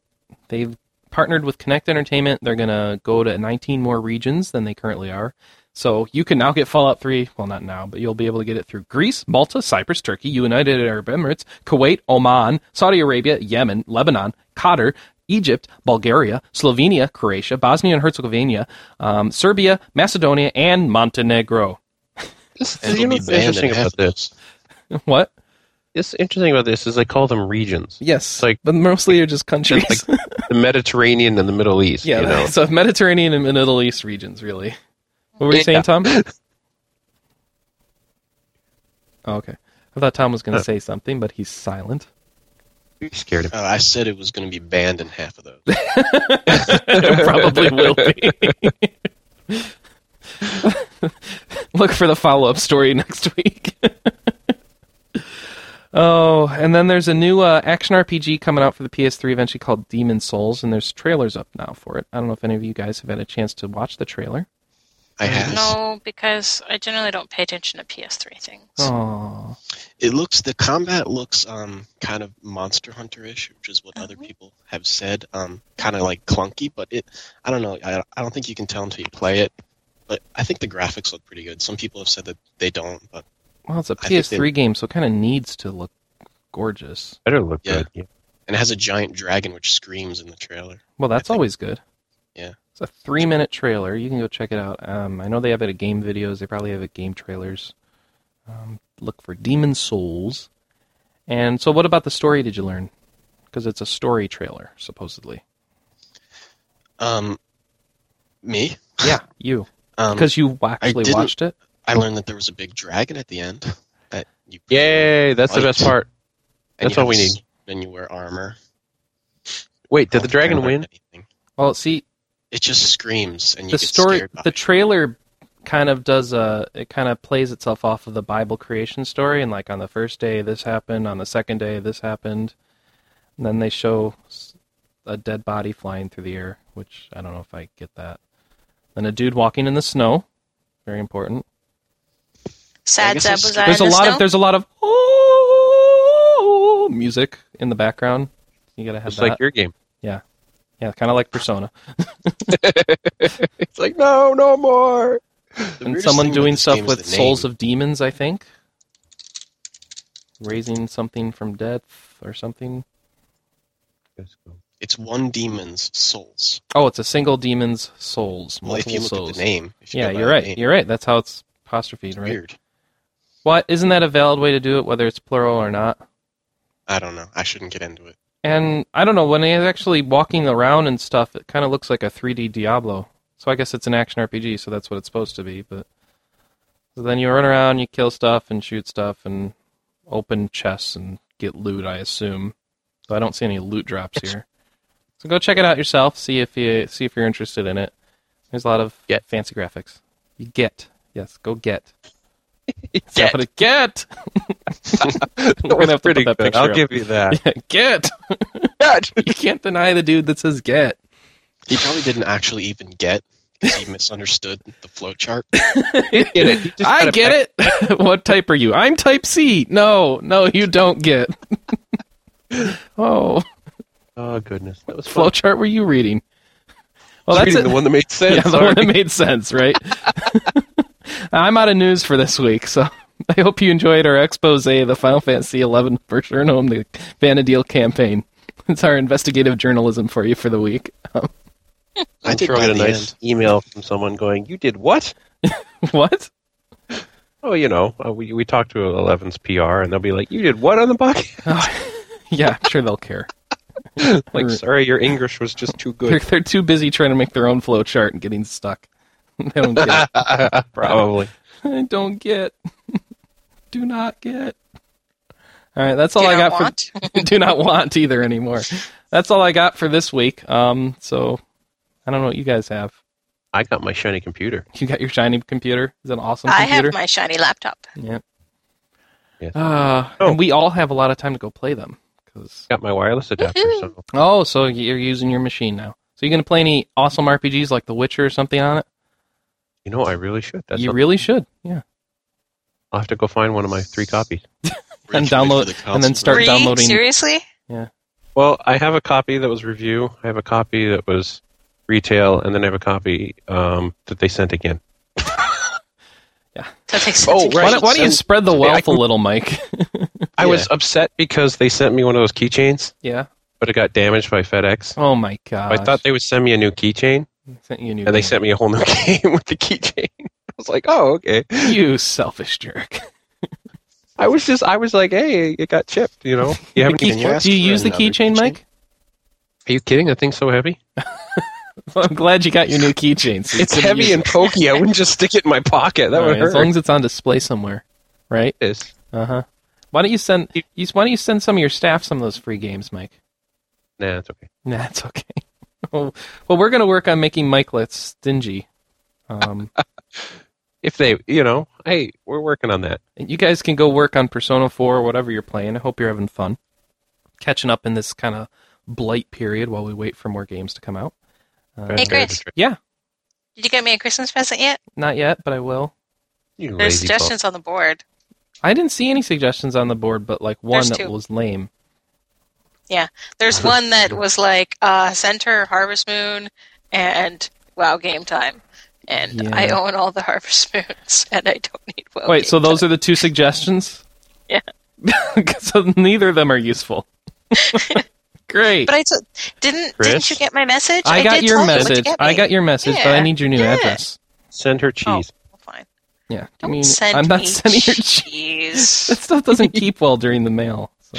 Speaker 1: they've partnered with Connect Entertainment. They're gonna go to 19 more regions than they currently are. So you can now get Fallout 3. Well, not now, but you'll be able to get it through Greece, Malta, Cyprus, Turkey, United Arab Emirates, Kuwait, Oman, Saudi Arabia, Yemen, Lebanon, Qatar, Egypt, Bulgaria, Slovenia, Croatia, Bosnia and Herzegovina, um, Serbia, Macedonia, and Montenegro.
Speaker 2: This,
Speaker 4: And
Speaker 2: you
Speaker 4: it'll
Speaker 2: know
Speaker 4: be
Speaker 2: what's
Speaker 4: banned in
Speaker 2: interesting
Speaker 4: half
Speaker 2: about
Speaker 4: of those.
Speaker 2: this?
Speaker 1: what?
Speaker 2: This interesting about this is they call them regions.
Speaker 1: Yes,
Speaker 2: Like-
Speaker 1: but mostly are just countries.
Speaker 2: It's like the Mediterranean and the Middle East.
Speaker 1: yeah,
Speaker 2: you know?
Speaker 1: so Mediterranean and Middle East regions, really. What were you saying,
Speaker 2: Yeah.
Speaker 1: Tom? oh, okay. I thought Tom was going
Speaker 2: Uh.
Speaker 1: to say something, but he's silent.
Speaker 2: You scared him.
Speaker 4: Uh, I said it was going to be banned in half of those.
Speaker 1: it probably will be. Look for the follow up story next week. oh, and then there's a new uh, action RPG coming out for the PS3 eventually called Demon Souls, and there's trailers up now for it. I don't know if any of you guys have had a chance to watch the trailer.
Speaker 4: I have.
Speaker 3: No, because I generally don't pay attention to PS3 things.
Speaker 1: Oh,
Speaker 4: It looks the combat looks um kind of Monster Hunter ish, which is what other
Speaker 2: Uh-huh.
Speaker 3: Mhm.
Speaker 4: people have said. Um, kind of like clunky, but it I don't know. I, I don't think you can tell until you play it. But I think the graphics look pretty good. Some people have said that they don't, but
Speaker 1: well, it's a
Speaker 4: I think
Speaker 1: PS3 game, so it kind of needs to look gorgeous.
Speaker 2: Better look
Speaker 4: Yeah.
Speaker 2: good. Yeah.
Speaker 4: and it has a giant dragon which screams in the trailer.
Speaker 1: Well, that's
Speaker 4: think-
Speaker 1: always good.
Speaker 4: Yeah.
Speaker 1: It's a three minute trailer. You can go check it out. Um, I know they have it at game videos. They probably have it at game trailers. Um, look for Demon Souls. And so, what about the story did you learn? Because it's a story trailer, supposedly.
Speaker 4: Um, me.
Speaker 1: Yeah. You.
Speaker 4: Um,
Speaker 1: Because you actually
Speaker 4: didn't-
Speaker 1: watched it?
Speaker 4: I learned that there was a big dragon at the end. That you
Speaker 2: Yay! That's the
Speaker 4: Right.
Speaker 2: best part.
Speaker 4: and
Speaker 2: that's
Speaker 4: you
Speaker 2: all we
Speaker 4: have
Speaker 2: need.
Speaker 4: s- And you wear armor.
Speaker 2: Wait, did
Speaker 4: I
Speaker 2: the
Speaker 4: don't
Speaker 2: dragon win?
Speaker 4: remember anything.
Speaker 1: Well, see,
Speaker 4: it just screams and you
Speaker 1: the
Speaker 4: get
Speaker 1: story
Speaker 4: scared by
Speaker 1: the
Speaker 4: it.
Speaker 1: trailer kind of does a it kind of plays itself off of the bible creation story and like on the first day this happened on the second day this happened and then they show s- a dead body flying through the air which i don't know if i get that then a dude walking in the snow very important
Speaker 4: I
Speaker 3: Sad
Speaker 4: guess
Speaker 3: Zeb
Speaker 4: it's-
Speaker 3: was I
Speaker 1: there's a
Speaker 3: in the
Speaker 1: lot
Speaker 3: snow?
Speaker 1: of there's a lot of oh music in the background you gotta have
Speaker 2: It's
Speaker 1: that
Speaker 2: like your game.
Speaker 1: yeah kind of like persona
Speaker 2: It's like, no, no more.
Speaker 4: The
Speaker 1: and
Speaker 4: weirdest
Speaker 1: someone
Speaker 4: thing about
Speaker 1: doing
Speaker 4: this
Speaker 1: stuff
Speaker 4: game is
Speaker 1: with
Speaker 4: the name.
Speaker 1: souls of demons, I think. Raising something from death or something.
Speaker 4: It's one demon's souls.
Speaker 1: Oh, it's a single demon's souls,
Speaker 4: Well, if
Speaker 1: multiple
Speaker 4: you look
Speaker 1: souls.
Speaker 4: at the name, if you
Speaker 1: yeah,
Speaker 4: go by
Speaker 1: you're
Speaker 4: the
Speaker 1: right.
Speaker 4: name,
Speaker 1: You're right. That's how it's apostrophed,
Speaker 4: it's
Speaker 1: right?
Speaker 4: Weird.
Speaker 1: What isn't that a valid way to do it, whether it's plural or not?
Speaker 4: I don't know. I shouldn't get into it.
Speaker 1: And I don't know when he's actually walking around and stuff. It kind of looks like a 3D Diablo. So I guess it's an action RPG, so that's what it's supposed to be. But so then you run around, you kill stuff and shoot stuff and open chests and get loot. I assume. So I don't see any loot drops here. So go check it out yourself. See if you see if you're interested in it. There's a lot of
Speaker 2: Get.
Speaker 1: fancy graphics. You get yes, go get.
Speaker 2: Get.
Speaker 1: Somebody get.
Speaker 2: That
Speaker 1: We're
Speaker 2: was
Speaker 1: gonna have to
Speaker 2: pretty
Speaker 1: put that
Speaker 2: good.
Speaker 1: picture
Speaker 2: I'll
Speaker 1: up.
Speaker 2: give you that.
Speaker 1: Yeah, get. you can't deny the dude that says get.
Speaker 4: He probably didn't actually even get because he misunderstood the flowchart.
Speaker 2: Get it. You just
Speaker 1: I
Speaker 2: gotta
Speaker 1: get it. what type are you? I'm type C. No, no, you don't get. oh,
Speaker 2: Oh goodness, that was fun.
Speaker 1: flowchart were you reading? Well, Oh,
Speaker 2: I was
Speaker 1: that's
Speaker 2: reading
Speaker 1: it.
Speaker 2: the one that made sense.
Speaker 1: yeah, the
Speaker 2: Sorry.
Speaker 1: one that made sense, right? I'm out of news for this week, so I hope you enjoyed our expose of the Final Fantasy XI for sure home the Vanadil campaign. It's our investigative journalism for you for the week.
Speaker 4: I
Speaker 2: I'm
Speaker 4: did
Speaker 2: sure I'll
Speaker 4: by
Speaker 2: get a
Speaker 4: the
Speaker 2: nice
Speaker 4: end.
Speaker 2: email from someone going, "You did what?"
Speaker 1: what?
Speaker 2: Oh, you know, uh, we we talked to Eleven's PR, and they'll be like, "You did what on the podcast?"
Speaker 1: Oh, yeah, I'm sure they'll care.
Speaker 2: like, sorry, your English was just too
Speaker 1: They're,
Speaker 2: good.
Speaker 1: they're too busy trying to make their own flow chart and getting stuck. they don't get. it.
Speaker 2: Probably.
Speaker 1: I don't get. Do not get. All right, that's all
Speaker 3: Do
Speaker 1: I
Speaker 3: not
Speaker 1: got
Speaker 3: want?
Speaker 1: for. do not want either anymore. That's all I got for this week. Um, so I don't know what you guys have.
Speaker 2: I got my shiny computer.
Speaker 1: You got your shiny computer. Is it an awesome
Speaker 3: I
Speaker 1: computer?
Speaker 3: have my shiny laptop.
Speaker 1: yeah.
Speaker 2: Yes.
Speaker 1: Uh,
Speaker 2: Oh.
Speaker 1: And we all have a lot of time to go play them. 'cause-
Speaker 2: Got my wireless adapter. So
Speaker 1: Oh, so you're using your machine now. So you going to play any awesome RPGs like The Witcher or something on it?
Speaker 2: you know, I really should. That's
Speaker 1: you
Speaker 2: something.
Speaker 1: really should. Yeah.
Speaker 2: I'll have to go find one of my three copies.
Speaker 4: Where
Speaker 1: And
Speaker 4: you can wait
Speaker 1: download-
Speaker 4: for the
Speaker 1: and then
Speaker 4: console.
Speaker 1: start-
Speaker 3: Three?
Speaker 1: downloading-
Speaker 3: Seriously?
Speaker 2: Well, I have a copy that was review. I have a copy that was retail, and then I have a copy um, that they sent again.
Speaker 3: That makes sense.
Speaker 2: Oh,
Speaker 1: Why,
Speaker 2: right.
Speaker 1: don't- why don't you
Speaker 2: So-
Speaker 1: spread the
Speaker 2: I
Speaker 1: wealth
Speaker 2: can-
Speaker 1: a little, Mike?
Speaker 2: I was upset because they sent me one of those keychains,
Speaker 1: yeah.
Speaker 2: but it got damaged by FedEx.
Speaker 1: Oh my god.
Speaker 2: I thought they would send me a new keychain,
Speaker 1: sent you a new
Speaker 2: and they
Speaker 1: game.
Speaker 2: sent me a whole new game with the keychain. I was like, oh, okay.
Speaker 1: you selfish jerk.
Speaker 2: I was just, I was like, hey, it got chipped, you know? You haven't
Speaker 1: The
Speaker 2: even
Speaker 1: key-
Speaker 4: you
Speaker 2: worked.
Speaker 4: ask
Speaker 1: do you
Speaker 4: for
Speaker 1: use the
Speaker 4: another
Speaker 1: keychain,
Speaker 4: keychain?
Speaker 1: Mike?
Speaker 2: Are you kidding? That thing's so heavy.
Speaker 1: I'm glad you got your new keychain. so you
Speaker 2: It's
Speaker 1: couldn't use
Speaker 2: heavy
Speaker 1: it.
Speaker 2: and pokey. I wouldn't just stick it in my pocket. That
Speaker 1: All
Speaker 2: would
Speaker 1: right, as
Speaker 2: hurt.
Speaker 1: long as it's on display somewhere, right?
Speaker 2: It is.
Speaker 1: Uh huh. Why don't you send? You, why don't you send some of your staff some of those free games, Mike?
Speaker 2: Nah, it's okay.
Speaker 1: Nah, it's okay. well, well, we're gonna work on making Mike less stingy. Um,
Speaker 2: If they, you know, hey, we're working on that.
Speaker 1: And you guys can go work on Persona 4 or whatever you're playing. I hope you're having fun. Catching up in this kind of blight period while we wait for more games to come out. Uh,
Speaker 3: Hey, Chris.
Speaker 1: Yeah,
Speaker 3: Did you get me a Christmas present yet?
Speaker 1: not yet, but I will.
Speaker 2: You
Speaker 3: There's
Speaker 2: lazy bum.
Speaker 3: suggestions on the board.
Speaker 1: I didn't see any suggestions on the board, but like one
Speaker 3: There's
Speaker 1: that
Speaker 3: two.
Speaker 1: was lame.
Speaker 3: There's one that was like uh, Center, Harvest Moon, and WoW Game Time. And I
Speaker 1: Yeah.
Speaker 3: own all the Harvest Moons, and I don't need WoW.
Speaker 1: Wait,
Speaker 3: Game
Speaker 1: so those
Speaker 3: Time.
Speaker 1: are the two suggestions?
Speaker 3: Yeah.
Speaker 1: so neither of them are useful. Great.
Speaker 3: But I t- didn't.
Speaker 2: Chris?
Speaker 3: Didn't you get my message?
Speaker 1: I, got
Speaker 3: did
Speaker 1: your
Speaker 3: tell you what to
Speaker 1: message.
Speaker 3: get
Speaker 1: I
Speaker 3: me.
Speaker 1: got your message, but I
Speaker 3: Yeah.
Speaker 1: need your new
Speaker 3: Yeah.
Speaker 1: address.
Speaker 2: Send her cheese.
Speaker 3: Oh, fine.
Speaker 1: Yeah. give
Speaker 3: Don't
Speaker 1: me-
Speaker 3: send
Speaker 1: I'm not
Speaker 3: me
Speaker 1: sending your cheese.
Speaker 3: cheese.
Speaker 1: That stuff doesn't keep well during the mail. So.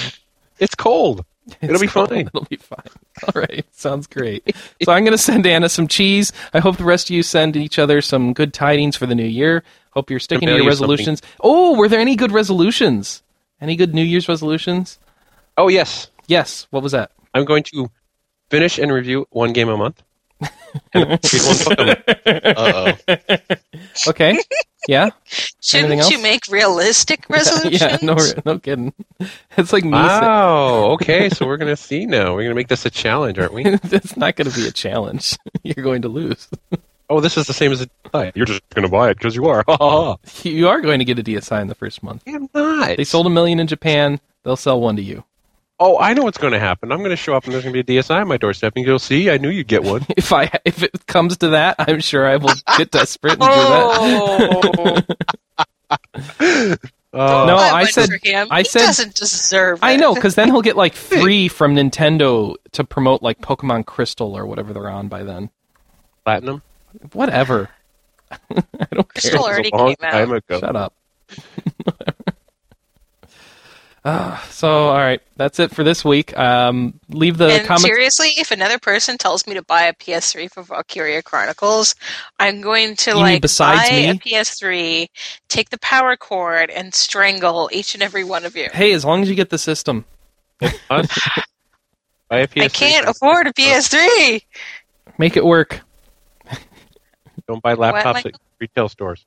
Speaker 2: It's cold. It'll
Speaker 1: It's
Speaker 2: be
Speaker 1: cold.
Speaker 2: fine.
Speaker 1: It'll be fine. All right. Sounds great. so I'm going to send Anna some cheese. I hope the rest of you send each other some good tidings for the new year. Hope you're sticking to
Speaker 2: mail
Speaker 1: your
Speaker 2: you something.
Speaker 1: resolutions. Oh, were there any good resolutions? Any good New Year's resolutions?
Speaker 2: Oh yes,
Speaker 1: Yes. What was that?
Speaker 2: I'm going to finish and review one game a month. And people in Putnam.
Speaker 1: Okay. Yeah.
Speaker 3: Shouldn't
Speaker 1: Anything
Speaker 3: you
Speaker 1: else?
Speaker 3: make realistic resolutions?
Speaker 1: yeah. No. No kidding. It's like me.
Speaker 2: Ah.
Speaker 1: saying-
Speaker 2: Wow. Okay, so we're gonna see now. We're gonna make this a challenge, aren't we?
Speaker 1: it's not going to be a challenge. You're going to lose.
Speaker 2: Oh, this is the same as a buy. You're just gonna buy it because you are.
Speaker 1: You are going to get a DSI in the first month.
Speaker 2: I'm not.
Speaker 1: They sold a million in Japan. They'll sell one to you.
Speaker 2: Oh, I know what's gonna happen. I'm gonna show up and there's gonna be a DSI on my doorstep, and you'll see. I knew you'd get one.
Speaker 1: If I if it comes to that, I'm sure I will get desperate and do that.
Speaker 3: Oh,
Speaker 2: Oh,
Speaker 1: No,
Speaker 3: I,
Speaker 1: I
Speaker 3: went
Speaker 1: said-
Speaker 3: for him.
Speaker 1: I
Speaker 3: he
Speaker 1: said-
Speaker 3: doesn't deserve.
Speaker 1: I
Speaker 3: it.
Speaker 1: know, because then he'll get like three from Nintendo to promote like Pokemon Crystal or whatever they're on by then.
Speaker 2: platinum.
Speaker 1: Whatever. I don't care.
Speaker 3: Crystal already came out.
Speaker 1: Shut up. uh, so, all right, that's it for this week. Um, leave the
Speaker 3: and
Speaker 1: comments.
Speaker 3: seriously, if another person tells me to buy a PS3 for Valkyria Chronicles, I'm going to
Speaker 1: You mean
Speaker 3: like
Speaker 1: besides
Speaker 3: buy
Speaker 1: me?
Speaker 3: a PS3, take the power cord, and strangle each and every one of you.
Speaker 1: Hey, as long as you get the system,
Speaker 2: Buy a PS3.
Speaker 3: I can't afford a PS3.
Speaker 1: make it work.
Speaker 2: Don't buy laptops at
Speaker 3: Michael?
Speaker 2: retail stores.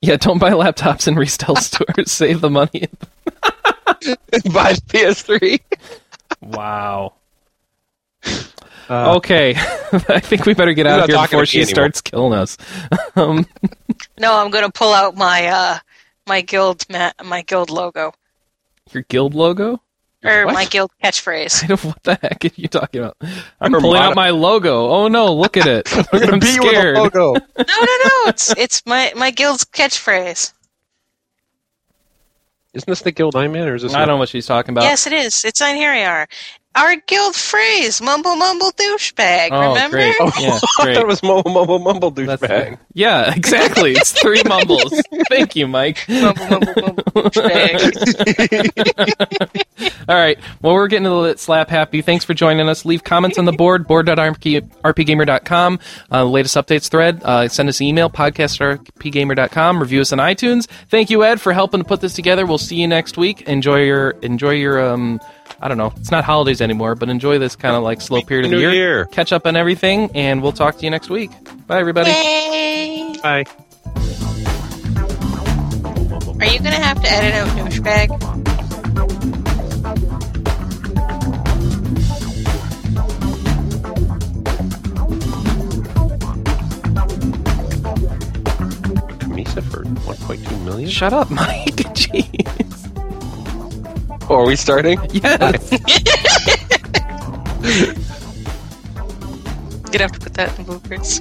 Speaker 1: Yeah, don't buy laptops in retail stores. Save the money.
Speaker 2: buy PS3.
Speaker 1: Wow.
Speaker 2: Uh,
Speaker 1: Okay, I think we better get
Speaker 2: You're
Speaker 1: out of
Speaker 2: not
Speaker 1: here
Speaker 2: talking to
Speaker 1: before
Speaker 2: me
Speaker 1: she
Speaker 2: anymore.
Speaker 1: starts killing us. um,
Speaker 3: No, I'm going to pull out my uh my guild ma- my guild logo
Speaker 1: your guild logo?
Speaker 3: or
Speaker 2: What?
Speaker 3: my guild catchphrase.
Speaker 1: I don't. What the heck are you talking about? I'm
Speaker 2: Or
Speaker 1: pulling
Speaker 2: mod-
Speaker 1: out my logo. Oh no! Look at it. I'm,
Speaker 2: gonna beat you with a
Speaker 1: scared.
Speaker 2: logo.
Speaker 3: no, no, no. It's it's my my guild's catchphrase.
Speaker 2: Isn't this the guild I'm in, or is this?
Speaker 1: I don't know what she's talking about.
Speaker 3: Yes, it is. It's on here. We are. Our guild phrase, mumble mumble douchebag.
Speaker 1: Oh,
Speaker 3: remember?
Speaker 1: great. Yeah,
Speaker 2: I thought
Speaker 1: great.
Speaker 2: it was mumble mumble mumble
Speaker 1: That's
Speaker 2: douchebag.
Speaker 1: Yeah, exactly. It's three mumbles. Thank you, Mike.
Speaker 3: Mumble mumble mumble douchebag.
Speaker 1: All right. Well, we're getting a little bit slap happy. Thanks for joining us. Leave comments on the board, board.rpgamer.com. Uh, latest updates thread. Uh, send us an email, podcast.rpgamer.com. Review us on iTunes. Thank you, Ed, for helping to put this together. We'll see you next week. Enjoy your, enjoy your, um, I don't know. It's not holidays anymore, but enjoy this kind of like slow period of the
Speaker 2: New
Speaker 1: year.
Speaker 2: Year.
Speaker 1: Catch up on everything, and we'll talk to you next week. Bye, everybody.
Speaker 3: Yay!
Speaker 2: Bye.
Speaker 3: Are you gonna have to edit out douchebag?
Speaker 2: Camisa for 1.2 million.
Speaker 1: Shut up, Mike. Jeez.
Speaker 2: Oh, Are we starting?
Speaker 1: Yes.
Speaker 3: Gonna have to put that in bloopers.